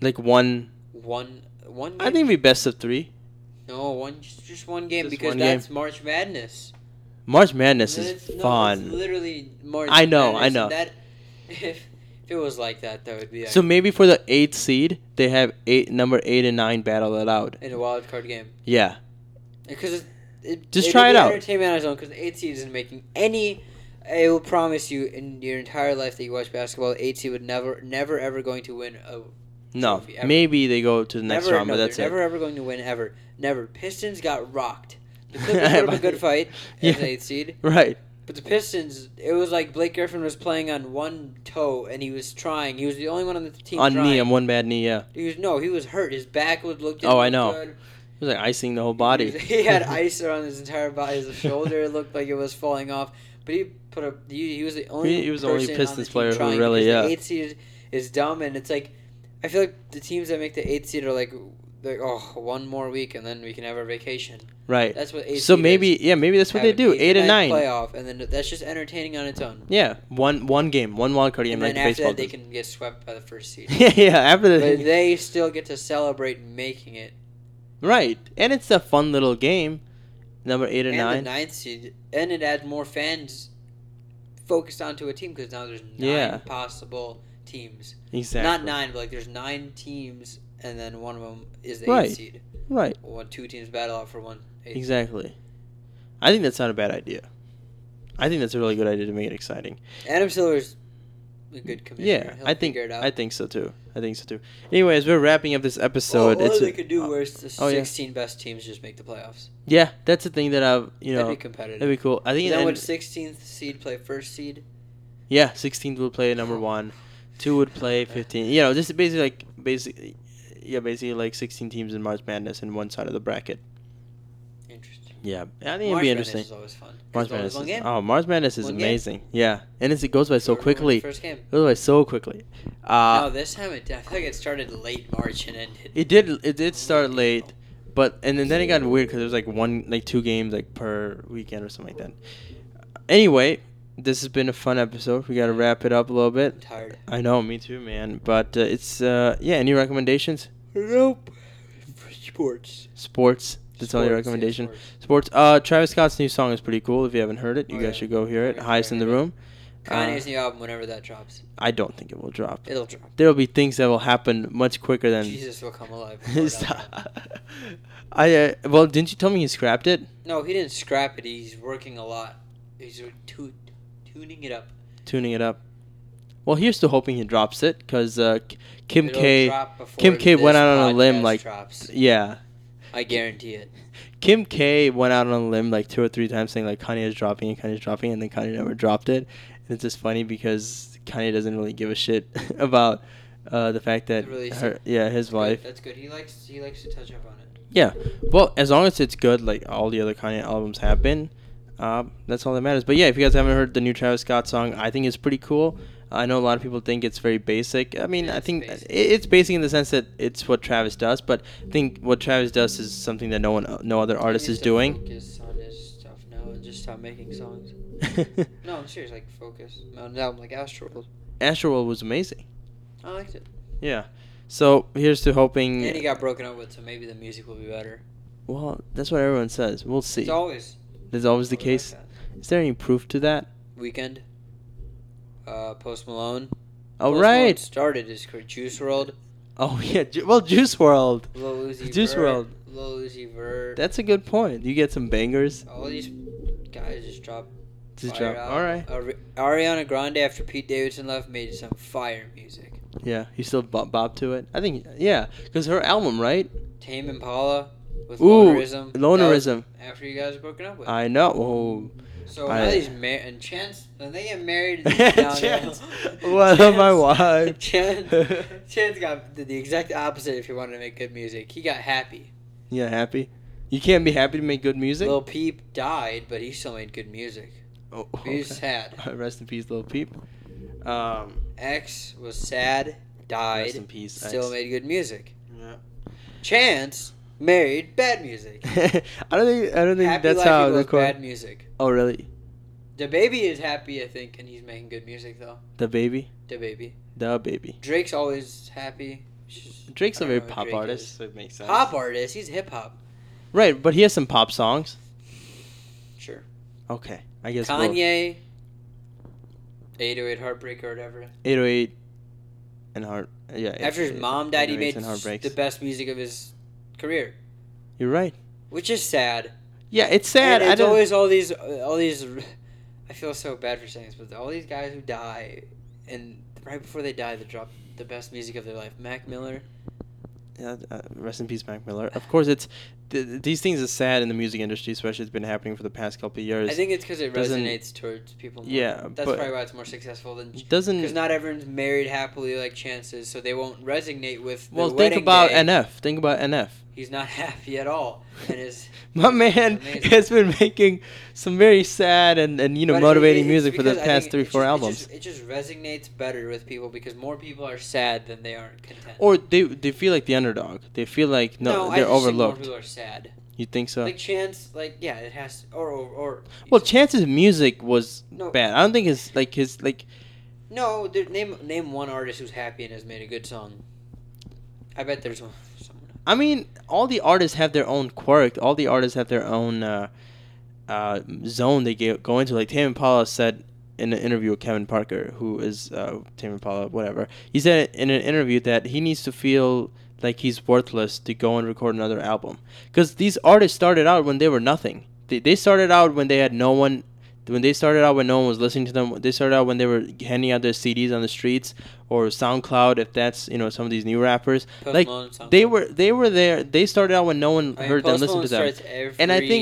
Speaker 1: like one,
Speaker 2: One one.
Speaker 1: I
Speaker 2: game?
Speaker 1: think it'd be best of three.
Speaker 2: no one just, just one game
Speaker 1: Just
Speaker 2: because
Speaker 1: one game.
Speaker 2: that's March Madness.
Speaker 1: March Madness
Speaker 2: No,
Speaker 1: is
Speaker 2: it's- no, it's
Speaker 1: fun.
Speaker 2: literally March.
Speaker 1: I know,
Speaker 2: Madness,
Speaker 1: I know.
Speaker 2: and That if, if it was like that, that would be
Speaker 1: So
Speaker 2: so,
Speaker 1: maybe for the eighth seed, they have eight number eight and nine battle it out.
Speaker 2: in a wild card game.
Speaker 1: Yeah,
Speaker 2: Because it, it,
Speaker 1: Just
Speaker 2: it'd
Speaker 1: try it
Speaker 2: be
Speaker 1: out.
Speaker 2: Entertainment on its own. Because the eight seed isn't making any. I will promise you, in your entire life that you watch basketball, the eight seed would never, never, ever going to win. A,
Speaker 1: no,
Speaker 2: Trophy ever.
Speaker 1: maybe they go to the next
Speaker 2: never,
Speaker 1: round,
Speaker 2: no,
Speaker 1: but that's
Speaker 2: they're
Speaker 1: it.
Speaker 2: never, ever going to win ever. Never. Pistons got rocked. The Clippers put up a good fight as
Speaker 1: Yeah.
Speaker 2: the eighth seed,
Speaker 1: Right,
Speaker 2: but the Pistons. It was like Blake Griffin was playing on one toe and he was trying. He was the only one on the team
Speaker 1: on
Speaker 2: trying.
Speaker 1: knee, on one bad knee. Yeah, it
Speaker 2: He was no, he was hurt. His back was looked.
Speaker 1: Oh, I
Speaker 2: looked
Speaker 1: know.
Speaker 2: good.
Speaker 1: was like icing the whole
Speaker 2: He,
Speaker 1: body.
Speaker 2: was- he had ice around his entire body. His shoulder looked like it was falling off. But he put a. He, he was the only.
Speaker 1: He- he was the only
Speaker 2: person on
Speaker 1: Pistons
Speaker 2: team
Speaker 1: player who
Speaker 2: trying
Speaker 1: really-
Speaker 2: because the
Speaker 1: yeah.
Speaker 2: Eight seed is, is dumb, and it's like, I feel like the teams that make the eight seed are like, like oh, one more week and then we can have our vacation.
Speaker 1: Right.
Speaker 2: That's what eight.
Speaker 1: So
Speaker 2: seed is.
Speaker 1: maybe yeah, maybe that's what
Speaker 2: Have
Speaker 1: they
Speaker 2: an
Speaker 1: do. Eight and nine.
Speaker 2: playoff, and then that's just entertaining on its own.
Speaker 1: Yeah, one one game, one wild card game,
Speaker 2: And
Speaker 1: like
Speaker 2: then
Speaker 1: the
Speaker 2: after
Speaker 1: baseball.
Speaker 2: that, they
Speaker 1: does.
Speaker 2: can get swept by the first seed.
Speaker 1: yeah, yeah. After
Speaker 2: but
Speaker 1: that,
Speaker 2: they still get to celebrate making it.
Speaker 1: right, and it's a fun little game. Number eight and,
Speaker 2: and
Speaker 1: nine.
Speaker 2: the ninth seed, and it adds more fans focused onto a team because now there's nine
Speaker 1: Yeah.
Speaker 2: possible teams.
Speaker 1: Exactly.
Speaker 2: Not nine, but like there's nine teams, and then one of them is the
Speaker 1: Right.
Speaker 2: eighth seed.
Speaker 1: Right.
Speaker 2: One, two teams battle out for one. Eighth.
Speaker 1: Exactly. I think that's not a bad idea. I think that's a really good idea to make it exciting.
Speaker 2: Adam Silver's a good commissioner.
Speaker 1: Yeah,
Speaker 2: He'll
Speaker 1: I think
Speaker 2: figure it out.
Speaker 1: I think so too. I think so too. Anyways, we're wrapping up this
Speaker 2: So
Speaker 1: episode.
Speaker 2: all
Speaker 1: it's
Speaker 2: they
Speaker 1: a-
Speaker 2: could do was the
Speaker 1: oh, yeah.
Speaker 2: 16 best teams just make the playoffs.
Speaker 1: yeah, that's the thing that I've you know
Speaker 2: That'd be competitive.
Speaker 1: that'd be cool. I think
Speaker 2: then
Speaker 1: and-
Speaker 2: would 16th seed play first seed?
Speaker 1: yeah, 16th would play number one, two would play 15. You know, just basically like basically yeah, basically like 16 teams in March Madness in one side of the bracket.
Speaker 2: Interesting.
Speaker 1: Yeah, I think it'd
Speaker 2: March
Speaker 1: be
Speaker 2: Madness
Speaker 1: interesting.
Speaker 2: is always fun. 'cause
Speaker 1: March
Speaker 2: it's always
Speaker 1: Madness.
Speaker 2: one
Speaker 1: Is,
Speaker 2: game.
Speaker 1: oh, March Madness is
Speaker 2: One game.
Speaker 1: amazing. Yeah, and it's, it goes by so
Speaker 2: Everyone wins
Speaker 1: quickly. It
Speaker 2: First game.
Speaker 1: goes by so quickly. Uh,
Speaker 2: no, this time it, I feel like it started late March and ended.
Speaker 1: It did. It did start late, but and then, then it got weird because there was like one, like two games like per weekend or something like that. Anyway, this has been a fun episode. We got to wrap it up a little bit.
Speaker 2: I'm tired.
Speaker 1: I know, me too, man. But uh, it's uh, yeah. Any recommendations?
Speaker 2: Nope. Sports.
Speaker 1: Sports. That's
Speaker 2: That's
Speaker 1: only recommendation. Sports. Uh, Travis Scott's new song is pretty cool. If you haven't heard it, you
Speaker 2: Oh,
Speaker 1: guys
Speaker 2: yeah.
Speaker 1: should go hear it.
Speaker 2: Okay,
Speaker 1: Highest in the room. Uh,
Speaker 2: Kanye's new album, whenever that drops,
Speaker 1: I don't think it will drop.
Speaker 2: it'll drop.
Speaker 1: There'll be things that will happen much quicker than.
Speaker 2: Jesus will come alive. before that drops.
Speaker 1: Stop. I uh, well, didn't you tell me you scrapped it?
Speaker 2: No, he didn't scrap it. He's working a lot. He's tu- tuning it up.
Speaker 1: tuning it up. Well, here's to hoping he drops it because uh, K- Kim
Speaker 2: It'll
Speaker 1: K.
Speaker 2: drop before
Speaker 1: Kim K
Speaker 2: this
Speaker 1: went out on a limb,
Speaker 2: podcast
Speaker 1: like-
Speaker 2: drops.
Speaker 1: Yeah,
Speaker 2: I guarantee it.
Speaker 1: Kim K went out on a limb like two or three times saying like Kanye is dropping and Kanye is dropping, and then Kanye never dropped it. And it's just funny because Kanye doesn't really give a shit about uh, the fact that
Speaker 2: The release.
Speaker 1: her, yeah, his
Speaker 2: That's
Speaker 1: wife.
Speaker 2: Good. That's good. He likes he likes to touch up on it.
Speaker 1: Yeah. Well, as long as it's good, like all the other Kanye albums have been, um, that's all that matters. But yeah, if you guys haven't heard the new Travis Scott song, I think it's pretty cool. I know a lot of people think it's very basic. I mean,
Speaker 2: Yeah,
Speaker 1: I
Speaker 2: it's
Speaker 1: think
Speaker 2: basic.
Speaker 1: it- it's basic in the sense that it's what Travis does, but I think what Travis does is something that no one, no other
Speaker 2: He
Speaker 1: artist is
Speaker 2: needs to
Speaker 1: doing.
Speaker 2: Focus on his stuff now and just stop making songs. No, I'm serious. Like focus. No, now I'm like Astro World.
Speaker 1: Astroworld was amazing.
Speaker 2: I liked it.
Speaker 1: Yeah. So here's to hoping.
Speaker 2: And he got broken up with, so maybe the music will be better.
Speaker 1: well, that's what everyone says. We'll see.
Speaker 2: It's always
Speaker 1: That's always the
Speaker 2: always like
Speaker 1: case.
Speaker 2: that.
Speaker 1: Is there any proof to that?
Speaker 2: Weekend. Uh, Post Malone.
Speaker 1: All
Speaker 2: Post Malone
Speaker 1: right.
Speaker 2: started his career. Juice World.
Speaker 1: Oh yeah. Ju- Well, Juice World.
Speaker 2: Lil Uzi
Speaker 1: Juice
Speaker 2: Vert, Lil Uzi Vert.
Speaker 1: That's a good point. You get some bangers.
Speaker 2: All these guys just dropped.
Speaker 1: Just
Speaker 2: fire
Speaker 1: drop.
Speaker 2: out.
Speaker 1: All right.
Speaker 2: Ari- Ariana Grande after Pete Davidson left made some fire music.
Speaker 1: Yeah, you still bop, bop to it. I think yeah, because her album, right?
Speaker 2: Tame Impala with
Speaker 1: Ooh,
Speaker 2: Lonerism. That was
Speaker 1: Lonerism.
Speaker 2: After you guys were broken up with.
Speaker 1: I know. Oh,
Speaker 2: so
Speaker 1: I-
Speaker 2: now these mar- and Chance when they get married.
Speaker 1: Oh.
Speaker 2: it's downhill.
Speaker 1: Chance, what of my
Speaker 2: Chance-
Speaker 1: wife?
Speaker 2: Chance, Chance got did the exact opposite. If he wanted to make good music, he got happy.
Speaker 1: yeah, happy. You can't be happy to make good music.
Speaker 2: Lil Peep died, but he still made good music.
Speaker 1: oh,
Speaker 2: He
Speaker 1: okay.
Speaker 2: was sad.
Speaker 1: Rest in peace, little peep. Um,
Speaker 2: X was sad, died,
Speaker 1: rest in peace.
Speaker 2: still
Speaker 1: X.
Speaker 2: made good music. Chance married bad music.
Speaker 1: I don't think I don't think
Speaker 2: Happy
Speaker 1: that's
Speaker 2: life
Speaker 1: how the
Speaker 2: equals
Speaker 1: core.
Speaker 2: bad music.
Speaker 1: Oh really?
Speaker 2: The baby is happy, I think, and he's making good music though.
Speaker 1: The baby,
Speaker 2: The baby.
Speaker 1: the baby.
Speaker 2: Drake's always happy. She's-
Speaker 1: Drake's
Speaker 2: I
Speaker 1: a
Speaker 2: don't
Speaker 1: very
Speaker 2: know who
Speaker 1: pop
Speaker 2: Drake
Speaker 1: artist,
Speaker 2: is.
Speaker 1: so it makes sense.
Speaker 2: Pop artist. He's hip hop.
Speaker 1: Right, but he has some pop songs.
Speaker 2: Sure.
Speaker 1: Okay, I guess. we'll-
Speaker 2: Kanye. 808 Heartbreak or whatever.
Speaker 1: 808 and heart yeah
Speaker 2: After his
Speaker 1: 808
Speaker 2: mom died, he
Speaker 1: 808s
Speaker 2: made
Speaker 1: and
Speaker 2: s-
Speaker 1: heartbreaks
Speaker 2: the best music of his career,
Speaker 1: you're right
Speaker 2: which is sad.
Speaker 1: yeah it's sad
Speaker 2: And
Speaker 1: i
Speaker 2: it's
Speaker 1: don't
Speaker 2: always all these, all these. I feel so bad for saying this, but all these guys who die, and right before they die, they drop the best music of their life. Mac Miller.
Speaker 1: Yeah, uh, rest in peace mac miller of course it's th- th- these things are sad in the music industry especially it's been happening for the past couple of years
Speaker 2: I think it's because it
Speaker 1: doesn't-
Speaker 2: resonates towards people. More.
Speaker 1: yeah
Speaker 2: That's
Speaker 1: but
Speaker 2: probably why it's more successful than because
Speaker 1: doesn't
Speaker 2: not everyone's married happily like chances, so they won't resonate with.
Speaker 1: well
Speaker 2: the
Speaker 1: think
Speaker 2: wedding
Speaker 1: about
Speaker 2: day.
Speaker 1: nf think about nf
Speaker 2: He's not happy at all, and his
Speaker 1: my man
Speaker 2: Amazing.
Speaker 1: has been making some very sad and, and you know
Speaker 2: But it-
Speaker 1: motivating
Speaker 2: it's
Speaker 1: music for the
Speaker 2: because I
Speaker 1: past
Speaker 2: think
Speaker 1: three
Speaker 2: it
Speaker 1: four
Speaker 2: just-
Speaker 1: albums
Speaker 2: It just, it just resonates better with people because more people are sad than they are content.
Speaker 1: or they they feel like the underdog they feel like no,
Speaker 2: I
Speaker 1: they're
Speaker 2: just think
Speaker 1: overlooked
Speaker 2: more people are sad.
Speaker 1: you think so
Speaker 2: Like Chance, like yeah, it has to, or or, or
Speaker 1: Well, Chance's music was
Speaker 2: No.
Speaker 1: bad. I don't think his like his like
Speaker 2: no, there- name name one artist who's happy and has made a good song. I bet there's one. Someone.
Speaker 1: I mean, all the artists have their own quirk. All the artists have their own uh, uh, zone they go go into. Like Tame Impala said in an interview with Kevin Parker, who is uh, Tame Impala, whatever. He said in an interview that he needs to feel like he's worthless to go and record another album because these artists started out when they were nothing. They, they started out when they had no one. When they started out when no one was listening to them, they started out when they were handing out their CDs on the streets or SoundCloud, if that's you know some of these new rappers.
Speaker 2: Post
Speaker 1: Like,
Speaker 2: Malone song.
Speaker 1: They were they were there. They started out when no one
Speaker 2: I mean,
Speaker 1: heard them
Speaker 2: Post
Speaker 1: listen to
Speaker 2: Malone
Speaker 1: them.
Speaker 2: starts Every
Speaker 1: And I think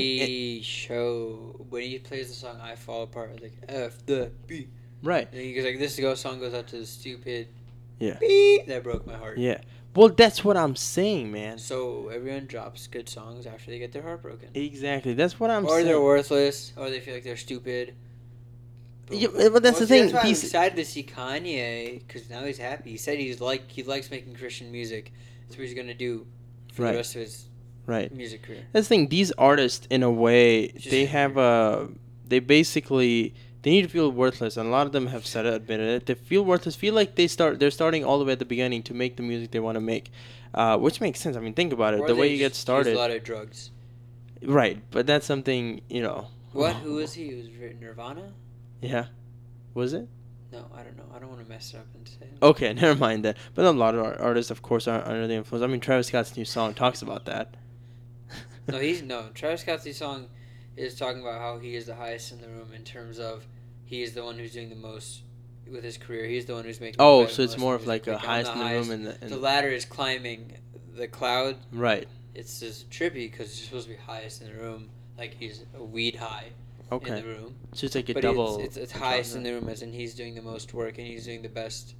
Speaker 2: show when he plays the song "I Fall Apart," it's like F the B,
Speaker 1: Right.
Speaker 2: and he goes like, "This go song goes out to the stupid."
Speaker 1: Yeah.
Speaker 2: Beep. That broke my heart.
Speaker 1: Yeah. Well, that's what I'm saying, man.
Speaker 2: So everyone drops good songs after they get their heart broken.
Speaker 1: Exactly. That's what I'm
Speaker 2: or
Speaker 1: saying.
Speaker 2: they're worthless, or they feel like they're stupid.
Speaker 1: Yeah, but that's the
Speaker 2: see,
Speaker 1: thing,
Speaker 2: That's why
Speaker 1: these-
Speaker 2: I'm excited to see Kanye because now he's happy. He said he's like he likes making Christian music. That's what he's gonna do for
Speaker 1: Right.
Speaker 2: the rest of his
Speaker 1: Right.
Speaker 2: music career.
Speaker 1: That's the thing. These artists, in a way,
Speaker 2: It's just
Speaker 1: they have a. They basically they need to feel worthless, and a lot of them have said it, admitted it. They feel worthless. Feel like they start. They're starting all the way at the beginning to make the music they want to make, uh, which makes sense. I mean, think about it.
Speaker 2: Or
Speaker 1: the
Speaker 2: they
Speaker 1: way you get
Speaker 2: just use
Speaker 1: started.
Speaker 2: A lot of drugs.
Speaker 1: Right. But that's something you know.
Speaker 2: What? Who was he? He was ri- Nirvana?
Speaker 1: Yeah. Was it?
Speaker 2: No, I don't know. I don't want to mess it up and say. it.
Speaker 1: Okay, never mind then. But a lot of our artists, of course, are under the influence. I mean, Travis Scott's new song talks about that.
Speaker 2: No, he's no. Travis Scott's new song is talking about how he is the highest in the room in terms of he is the one who's doing the most with his career. He's the one who's making. the
Speaker 1: Oh,
Speaker 2: bread
Speaker 1: so
Speaker 2: and
Speaker 1: it's
Speaker 2: most
Speaker 1: more
Speaker 2: of
Speaker 1: of
Speaker 2: his-
Speaker 1: like a
Speaker 2: I'm
Speaker 1: highest
Speaker 2: the
Speaker 1: in the room and, the,
Speaker 2: The
Speaker 1: and
Speaker 2: ladder is climbing the cloud.
Speaker 1: right.
Speaker 2: It's just trippy because he's supposed to be highest in the room. Like he's a weed high in
Speaker 1: Okay,
Speaker 2: the room.
Speaker 1: so it's like a
Speaker 2: but it's-
Speaker 1: double.
Speaker 2: It's, it's,
Speaker 1: control,
Speaker 2: highest in
Speaker 1: yeah.
Speaker 2: the room, as in he's doing the most work and he's doing the best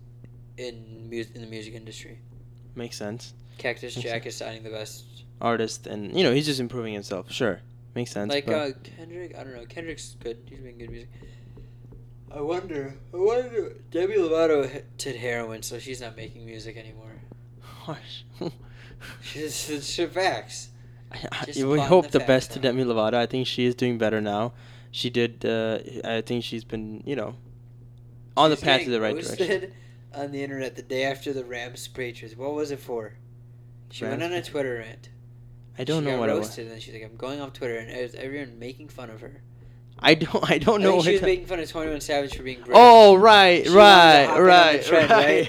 Speaker 2: in music in the music industry.
Speaker 1: Makes sense.
Speaker 2: Cactus
Speaker 1: Makes
Speaker 2: Jack is signing the best.
Speaker 1: Artist and you know he's just improving himself. Sure, makes sense.
Speaker 2: like
Speaker 1: but-
Speaker 2: uh, Kendrick, I don't know. Kendrick's good. He's making good music. I wonder. I wonder. Debbie Lovato h- did heroin, so she's not making music anymore.
Speaker 1: Harsh.
Speaker 2: She's she facts.
Speaker 1: I- I-
Speaker 2: Just
Speaker 1: we
Speaker 2: plotting
Speaker 1: hope
Speaker 2: the
Speaker 1: the
Speaker 2: facts
Speaker 1: best to
Speaker 2: out.
Speaker 1: Demi Lovato. I think she is doing better now. She did. Uh, I think she's been, you know, on
Speaker 2: She's
Speaker 1: the path to
Speaker 2: getting
Speaker 1: the right direction.
Speaker 2: roasted On the internet, the day after the Rams preachers, what was it for? She went
Speaker 1: Rams
Speaker 2: on a
Speaker 1: pra-
Speaker 2: Twitter rant.
Speaker 1: I don't
Speaker 2: she
Speaker 1: know
Speaker 2: got
Speaker 1: what I was.
Speaker 2: roasted, and then she's like, "I'm going off Twitter," and it was everyone making fun of her.
Speaker 1: I don't. I don't
Speaker 2: I
Speaker 1: know.
Speaker 2: think
Speaker 1: what
Speaker 2: she
Speaker 1: Oh,
Speaker 2: was
Speaker 1: I-
Speaker 2: making fun of Twenty One Savage for being. Brave.
Speaker 1: oh right,
Speaker 2: She wanted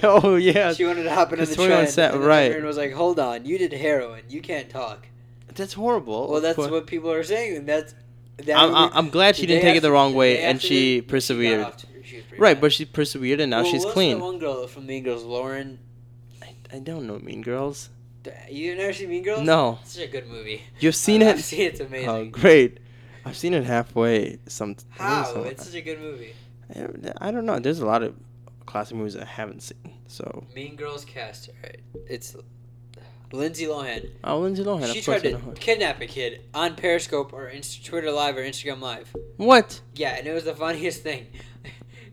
Speaker 2: to
Speaker 1: right,
Speaker 2: hop
Speaker 1: right, right.
Speaker 2: in on the trend, right?
Speaker 1: Oh yeah.
Speaker 2: she wanted to hop into
Speaker 1: 'cause
Speaker 2: the
Speaker 1: 21
Speaker 2: trend.
Speaker 1: Sav-
Speaker 2: and then
Speaker 1: right.
Speaker 2: Everyone was like, "Hold on, you did heroin. You can't talk."
Speaker 1: That's horrible.
Speaker 2: Well,
Speaker 1: of
Speaker 2: that's
Speaker 1: course.
Speaker 2: what people are saying, and that's. That
Speaker 1: Oh, I'm, I'm-
Speaker 2: would-
Speaker 1: I'm glad she
Speaker 2: the
Speaker 1: didn't
Speaker 2: day
Speaker 1: take it the
Speaker 2: after-
Speaker 1: wrong
Speaker 2: the
Speaker 1: way,
Speaker 2: day
Speaker 1: and
Speaker 2: after
Speaker 1: she
Speaker 2: that,
Speaker 1: persevered.
Speaker 2: got off Twitter. She was pretty
Speaker 1: right,
Speaker 2: mad.
Speaker 1: but she persevered, and now
Speaker 2: Well,
Speaker 1: she's
Speaker 2: what's
Speaker 1: clean.
Speaker 2: The one girl from Mean Girls, Lauren.
Speaker 1: I, I don't know Mean Girls.
Speaker 2: You never seen Mean Girls?
Speaker 1: No,
Speaker 2: It's such a good movie.
Speaker 1: you've seen
Speaker 2: I-
Speaker 1: it.
Speaker 2: I've seen it. It's amazing.
Speaker 1: Oh, great. I've seen it halfway. Some
Speaker 2: How?
Speaker 1: some-
Speaker 2: It's such a good movie.
Speaker 1: I I don't know. There's a lot of classic movies I haven't seen. So,
Speaker 2: Mean Girls cast. Alright. It's Lindsay Lohan.
Speaker 1: oh, Lindsay Lohan.
Speaker 2: she
Speaker 1: of
Speaker 2: tried
Speaker 1: course I
Speaker 2: to
Speaker 1: know her.
Speaker 2: kidnap a kid on Periscope or Inst- Twitter Live or Instagram Live.
Speaker 1: What?
Speaker 2: Yeah, and it was the funniest thing.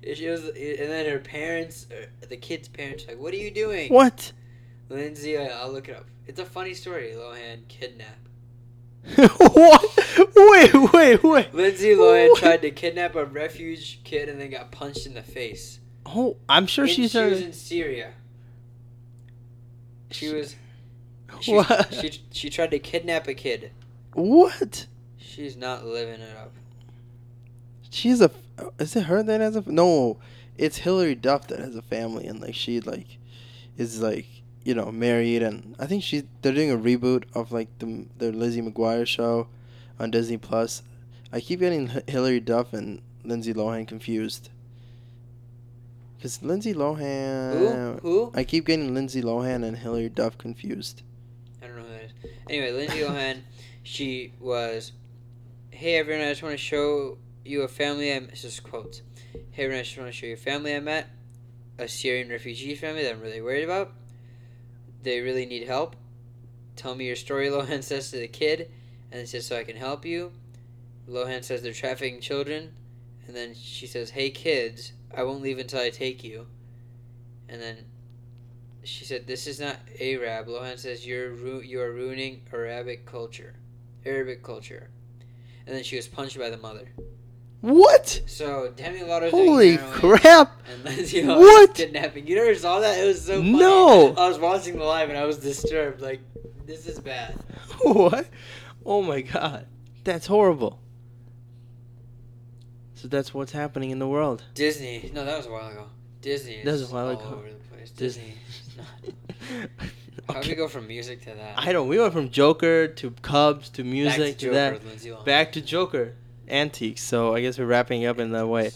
Speaker 2: It was, and then her parents, uh, the kid's parents, were like, "What are you doing?"
Speaker 1: What?
Speaker 2: Lindsay, I- I'll look it up. It's a funny story. Lohan kidnapped.
Speaker 1: what? Wait, wait, wait.
Speaker 2: Lindsay Lohan
Speaker 1: What?
Speaker 2: tried to kidnap a refuge kid and then got punched in the face.
Speaker 1: Oh, I'm sure
Speaker 2: And
Speaker 1: she's.
Speaker 2: she was
Speaker 1: a
Speaker 2: in Syria. She was. She,
Speaker 1: what?
Speaker 2: she she tried to kidnap a kid.
Speaker 1: what?
Speaker 2: She's not living it up.
Speaker 1: She's a. Is it her that has a? No, it's Hillary Duff that has a family, and like she like, is like you know married, and I think she they're doing a reboot of like the the Lizzie McGuire show, on Disney Plus. I keep getting H- Hillary Duff and Lindsay Lohan confused. Cause Lindsay Uh,
Speaker 2: Who?
Speaker 1: Lohan,
Speaker 2: Who?
Speaker 1: I keep getting Lindsay Lohan and Hillary Duff confused.
Speaker 2: I don't know who that is. Anyway, Lindsay Lohan, she was, hey everyone, I just want to show you a family I met. This is quotes. Hey everyone, I just want to show you a family I met, a Syrian refugee family that I'm really worried about. They really need help. Tell me your story, Lohan says to the kid, and then says so I can help you. Lohan says they're trafficking children, and then she says, hey kids, I won't leave until I take you. And then she said, "This is not Arab." Lohan says, "You're ru- you are ruining Arabic culture, Arabic culture." And then she was punched by the mother.
Speaker 1: What?
Speaker 2: So Demi Lovato's doing
Speaker 1: Holy
Speaker 2: heroin
Speaker 1: crap!
Speaker 2: And Lindsay Lohan's
Speaker 1: What?
Speaker 2: kidnapping? You never saw that? It was so funny.
Speaker 1: No.
Speaker 2: I was watching the live and I was disturbed. Like, this is bad.
Speaker 1: what? Oh my god, that's horrible. So that's what's happening in the world.
Speaker 2: Disney. No, that was a while ago. Disney. Is
Speaker 1: That was a
Speaker 2: just
Speaker 1: while
Speaker 2: all
Speaker 1: ago.
Speaker 2: Over the place.
Speaker 1: Disney.
Speaker 2: Disney. is not- How'd we go from music to that?
Speaker 1: I don't. We went from Joker to Cubs to
Speaker 2: Back
Speaker 1: music to,
Speaker 2: Joker
Speaker 1: that.
Speaker 2: with Lindsay Lohan.
Speaker 1: Back to Joker antiques. So I guess we're wrapping up in that way.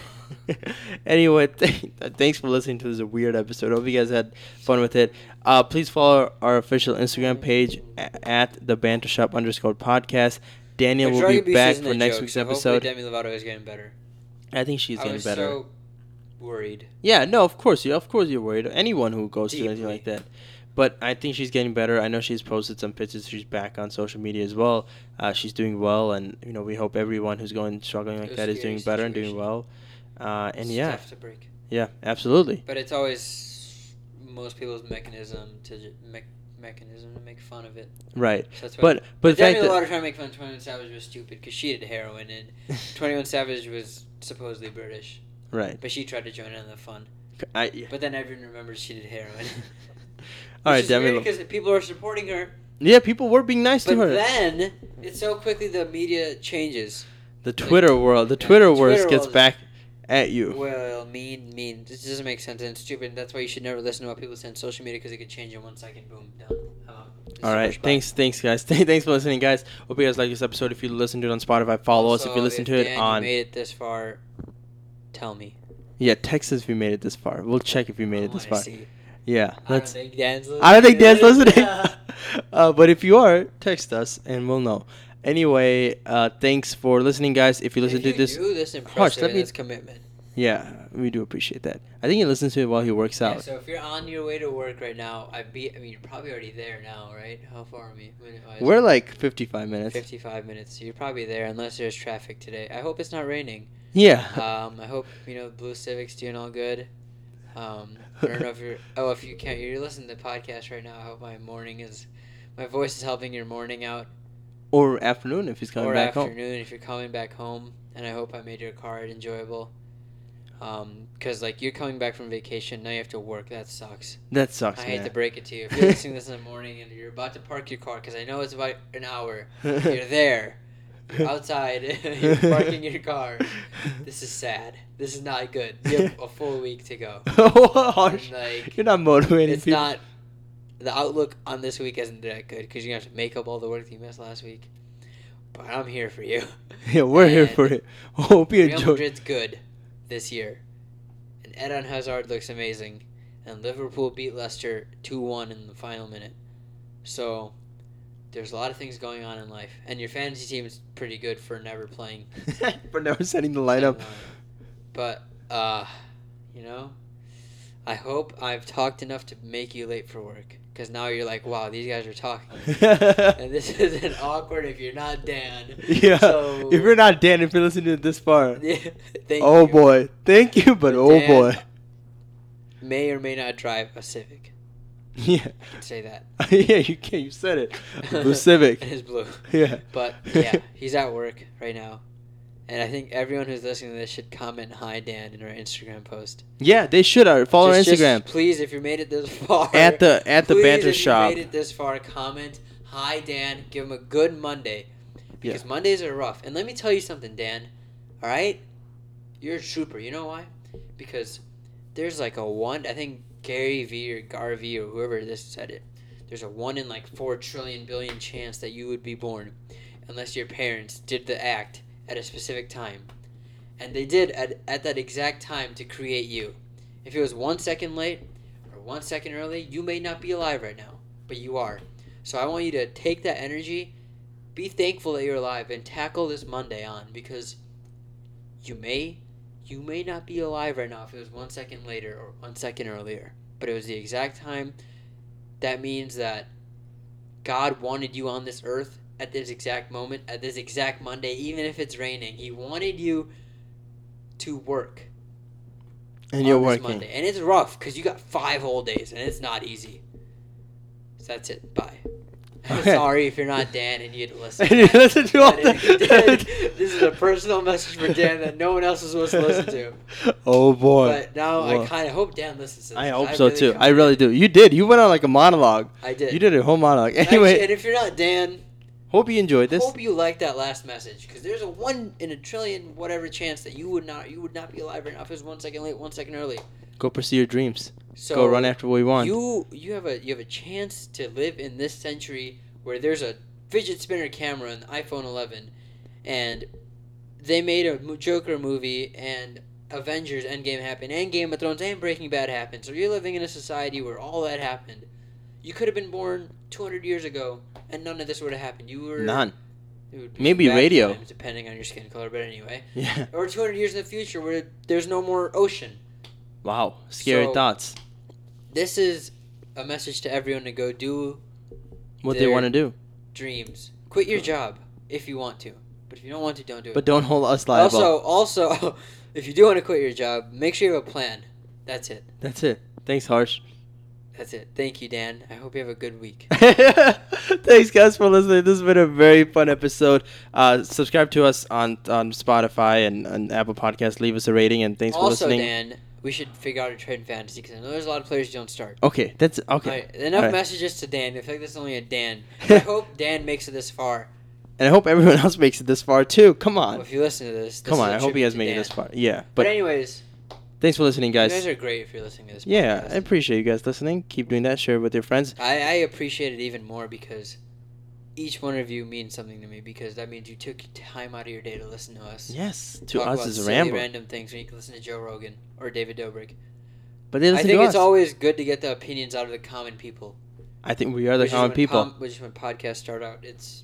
Speaker 1: anyway, th- thanks for listening to this weird episode. Hope you guys had fun with it. Uh, please follow our official Instagram page a- at the Banter Shop underscore podcast. Daniel
Speaker 2: Which
Speaker 1: will be
Speaker 2: Dragon Beast
Speaker 1: back
Speaker 2: isn't
Speaker 1: for
Speaker 2: a
Speaker 1: next
Speaker 2: joke,
Speaker 1: week's
Speaker 2: so
Speaker 1: episode.
Speaker 2: Hopefully Demi Lovato is getting better.
Speaker 1: I think she's
Speaker 2: I
Speaker 1: getting
Speaker 2: was
Speaker 1: better.
Speaker 2: so worried.
Speaker 1: Yeah, no, of course you, of course you're worried. Anyone who goes through anything
Speaker 2: Deeply.
Speaker 1: like that, but I think she's getting better. I know she's posted some pictures. She's back on social media as well. Uh, she's doing well, and you know we hope everyone who's going struggling like
Speaker 2: It was
Speaker 1: that
Speaker 2: a
Speaker 1: is doing
Speaker 2: scary
Speaker 1: better and doing
Speaker 2: situation.
Speaker 1: well. Uh, and
Speaker 2: It's
Speaker 1: yeah,
Speaker 2: tough to break.
Speaker 1: yeah, absolutely.
Speaker 2: But it's always most people's mechanism to ju- mech mechanism to make fun of it.
Speaker 1: Right,
Speaker 2: So that's why.
Speaker 1: but but the
Speaker 2: Demi
Speaker 1: fact that
Speaker 2: Lovato trying to make fun of Twenty One Savage was stupid because she did heroin and Twenty One Savage was supposedly British,
Speaker 1: right,
Speaker 2: but she tried to join in on the fun.
Speaker 1: I, yeah.
Speaker 2: But then everyone remembers she did heroin.
Speaker 1: all right, Demi. Lo-
Speaker 2: because people are supporting her.
Speaker 1: yeah, people were being nice to
Speaker 2: But
Speaker 1: her.
Speaker 2: then it's so quickly the media changes.
Speaker 1: the Twitter world, the
Speaker 2: Yeah,
Speaker 1: Twitter
Speaker 2: the
Speaker 1: world
Speaker 2: Twitter
Speaker 1: gets
Speaker 2: world-
Speaker 1: back at you.
Speaker 2: Well, mean, mean. This doesn't make sense and it's stupid. That's why you should never listen to what people say on social media because it could change in one second. Boom, done. I'm out. It's
Speaker 1: All right,
Speaker 2: super spot.
Speaker 1: thanks, thanks guys, thanks for listening, guys. Hope you guys like this episode. If you listen to it on Spotify, follow us. If
Speaker 2: Also,
Speaker 1: you listen to
Speaker 2: Dan,
Speaker 1: it
Speaker 2: you
Speaker 1: on
Speaker 2: made it this far, tell me.
Speaker 1: Yeah, text us if you made it this far. We'll check if you made
Speaker 2: Oh, I
Speaker 1: it this
Speaker 2: wanna
Speaker 1: far.
Speaker 2: see.
Speaker 1: Yeah,
Speaker 2: I don't
Speaker 1: let's.
Speaker 2: think Dan's listening.
Speaker 1: I don't think Dan's listening.
Speaker 2: Yeah.
Speaker 1: uh, but if you are, text us and we'll know. Anyway, uh, thanks for listening, guys. If you listen
Speaker 2: If
Speaker 1: to this,
Speaker 2: do this impressive.
Speaker 1: Harsh, let me-
Speaker 2: that's commitment.
Speaker 1: yeah, we do appreciate that. I think he listens to it while he works
Speaker 2: Yeah,
Speaker 1: out.
Speaker 2: so if you're on your way to work right now, I be. I mean, you're probably already there now, right? How far are we? minute-wise?
Speaker 1: We're like 55 minutes.
Speaker 2: 55 minutes. So you're probably there unless there's traffic today. I hope it's not raining.
Speaker 1: Yeah.
Speaker 2: Um, I hope you know Blue Civic's doing all good. Um, I don't know if you're. Oh, if you can't, you're listening to the podcast right now. I hope my morning is, my voice is helping your morning out.
Speaker 1: or afternoon if he's coming
Speaker 2: or
Speaker 1: back home.
Speaker 2: afternoon if you're coming back home. And I hope I made your car ride enjoyable. Um, cause like you're coming back from vacation now, you have to work. That sucks.
Speaker 1: That sucks,
Speaker 2: I hate to
Speaker 1: man.
Speaker 2: break it to you. If you're listening to this in the morning and you're about to park your car, cause I know it's about an hour. You're there. You're outside. you're parking your car. This is sad. This is not good. You have a full week to go.
Speaker 1: Harsh.
Speaker 2: And, like,
Speaker 1: You're not motivating
Speaker 2: It's
Speaker 1: people.
Speaker 2: not. The outlook on this week isn't that good because you have to make up all the work that you missed last week. But I'm here for you.
Speaker 1: yeah, we're here
Speaker 2: and
Speaker 1: for it. Hope you
Speaker 2: Real
Speaker 1: enjoy.
Speaker 2: Madrid's good this year, and Eden Hazard looks amazing, and Liverpool beat Leicester two one in the final minute. So there's a lot of things going on in life, and your fantasy team's pretty good for never playing.
Speaker 1: for never setting the lineup.
Speaker 2: uh, But uh, you know, I hope I've talked enough to make you late for work. Cause now you're like, wow, these guys are talking, and this isn't awkward if you're not Dan.
Speaker 1: yeah.
Speaker 2: So-
Speaker 1: If you're not Dan, if you're listening to this far,
Speaker 2: Thank
Speaker 1: oh
Speaker 2: you.
Speaker 1: boy, thank you, but oh
Speaker 2: Dan.
Speaker 1: boy,
Speaker 2: May or may not drive a Civic.
Speaker 1: yeah,
Speaker 2: I can say that.
Speaker 1: yeah, you can, you said it, Blue Civic,
Speaker 2: it is blue.
Speaker 1: yeah.
Speaker 2: But yeah, he's at work right now. And I think everyone who's listening to this should comment hi Dan in our Instagram post.
Speaker 1: yeah, they should uh, follow
Speaker 2: Just-
Speaker 1: our
Speaker 2: just
Speaker 1: Instagram
Speaker 2: please, if you made it this far
Speaker 1: at the at the
Speaker 2: please,
Speaker 1: banter
Speaker 2: if you
Speaker 1: shop.
Speaker 2: made it this far, comment hi Dan, give him a good Monday. Because Mondays are rough. And let me tell you something, Dan. Alright? You're a trooper, you know why? Because there's like a one I think Gary Vee or Garvey or whoever this said it. There's a one in like four trillion billion chance that you would be born unless your parents did the act at a specific time. And they did at, at that exact time to create you. If it was one second late or one second early, you may not be alive right now, but you are. So I want you to take that energy, be thankful that you're alive, and tackle this Monday on because you may you may not be alive right now if it was one second later or one second earlier. But it was the exact time. That means that God wanted you on this earth at this exact moment, at this exact Monday, even if it's raining. He wanted you to work
Speaker 1: and you're
Speaker 2: on this
Speaker 1: working.
Speaker 2: Monday. And it's rough because you got five whole days and it's not easy. So that's it. Bye. I'm
Speaker 1: Okay.
Speaker 2: sorry if you're not Dan and you had to listen.
Speaker 1: And you listen to all
Speaker 2: But if you
Speaker 1: the-
Speaker 2: did, this is a personal message for Dan that no one else is supposed to listen to.
Speaker 1: Oh boy,
Speaker 2: But now I
Speaker 1: Well,
Speaker 2: kind of hope Dan listens to this.
Speaker 1: I hope so
Speaker 2: really
Speaker 1: too.
Speaker 2: kinda-
Speaker 1: I really do. You did. You went on like a monologue.
Speaker 2: I did.
Speaker 1: You did a whole monologue.
Speaker 2: And actually-
Speaker 1: Anyway,
Speaker 2: and if you're not Dan,
Speaker 1: hope you enjoyed this.
Speaker 2: hope you liked that last message because there's a one in a trillion whatever chance that you would not you would not be alive right now if it was one second late, one second early.
Speaker 1: Go pursue your dreams.
Speaker 2: So
Speaker 1: Go run after what you want.
Speaker 2: You you have a you have a chance to live in this century where there's a fidget spinner camera in the iPhone 11, and they made a mo- Joker movie and Avengers Endgame happened and Game of Thrones and Breaking Bad happened. So you're living in a society where all that happened. You could have been born 200 years ago and none of this would have happened. You were
Speaker 1: None.
Speaker 2: it would be
Speaker 1: Maybe
Speaker 2: bad
Speaker 1: radio.
Speaker 2: times, depending on your skin color. But anyway,
Speaker 1: Yeah.
Speaker 2: or 200 years in the future where there's no more ocean.
Speaker 1: Wow. Scary
Speaker 2: So-
Speaker 1: thoughts.
Speaker 2: This is a message to everyone to go do
Speaker 1: What they
Speaker 2: there-
Speaker 1: want to do.
Speaker 2: dreams. Quit your job if you want to, but if you don't want to, don't do it.
Speaker 1: But don't hold us liable.
Speaker 2: also, also, if you do want to quit your job, make sure you have a plan. That's it.
Speaker 1: That's it. Thanks, Harsh.
Speaker 2: That's it. Thank you, Dan. I hope you have a good week.
Speaker 1: Thanks, guys, for listening. This has been a very fun episode. Uh, subscribe to us on on Spotify and, and Apple Podcasts. Leave us a rating, and thanks for
Speaker 2: also,
Speaker 1: listening.
Speaker 2: Dan, we should figure out a trade in fantasy because I know there's a lot of players who don't start.
Speaker 1: Okay, that's okay.
Speaker 2: All right, enough
Speaker 1: All right.
Speaker 2: messages to Dan. I feel like this is only a Dan. I hope Dan makes it this far.
Speaker 1: And I hope everyone else makes it this far too. Come on,
Speaker 2: If you listen to this, this
Speaker 1: come
Speaker 2: is
Speaker 1: on.
Speaker 2: a
Speaker 1: I hope you
Speaker 2: tribute
Speaker 1: guys
Speaker 2: to
Speaker 1: make
Speaker 2: Dan.
Speaker 1: it this far. Yeah,
Speaker 2: But,
Speaker 1: but
Speaker 2: anyways,
Speaker 1: thanks for listening, guys.
Speaker 2: you guys are great if you're listening to this.
Speaker 1: yeah,
Speaker 2: podcast.
Speaker 1: I appreciate you guys listening. Keep doing that. Share it with your friends.
Speaker 2: I, I appreciate it even more because each one of you means something to me because that means you took time out of your day to listen to us.
Speaker 1: Yes, to
Speaker 2: talk
Speaker 1: us
Speaker 2: about
Speaker 1: is a
Speaker 2: silly
Speaker 1: ramble.
Speaker 2: random things when you can listen to Joe Rogan or David Dobrik.
Speaker 1: but they
Speaker 2: I
Speaker 1: listen
Speaker 2: think
Speaker 1: to
Speaker 2: it's
Speaker 1: us.
Speaker 2: always good to get the opinions out of the common people.
Speaker 1: I think we are the
Speaker 2: which is
Speaker 1: common
Speaker 2: when
Speaker 1: people.
Speaker 2: com- which is when podcasts start out. It's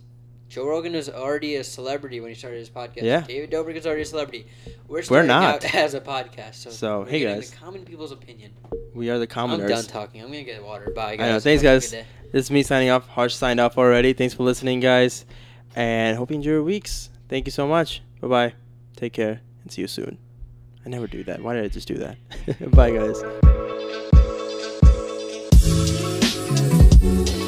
Speaker 2: Joe Rogan was already a celebrity when he started his podcast.
Speaker 1: Yeah.
Speaker 2: David Dobrik is already a celebrity. We're starting
Speaker 1: not.
Speaker 2: out as a podcast. So,
Speaker 1: So,
Speaker 2: we're
Speaker 1: hey,
Speaker 2: getting
Speaker 1: guys.
Speaker 2: the common people's opinion.
Speaker 1: we are the
Speaker 2: I'm done
Speaker 1: commoners.
Speaker 2: talking. I'm gonna get water. Bye,
Speaker 1: know.
Speaker 2: guys.
Speaker 1: Thanks,
Speaker 2: Have a
Speaker 1: guys.
Speaker 2: good day.
Speaker 1: This is me signing off. Harsh signed off already. Thanks for listening, guys, and hope you enjoy your weeks. Thank you so much. Bye bye. Take care and see you soon. I never do that. Why did I just do that? bye, guys.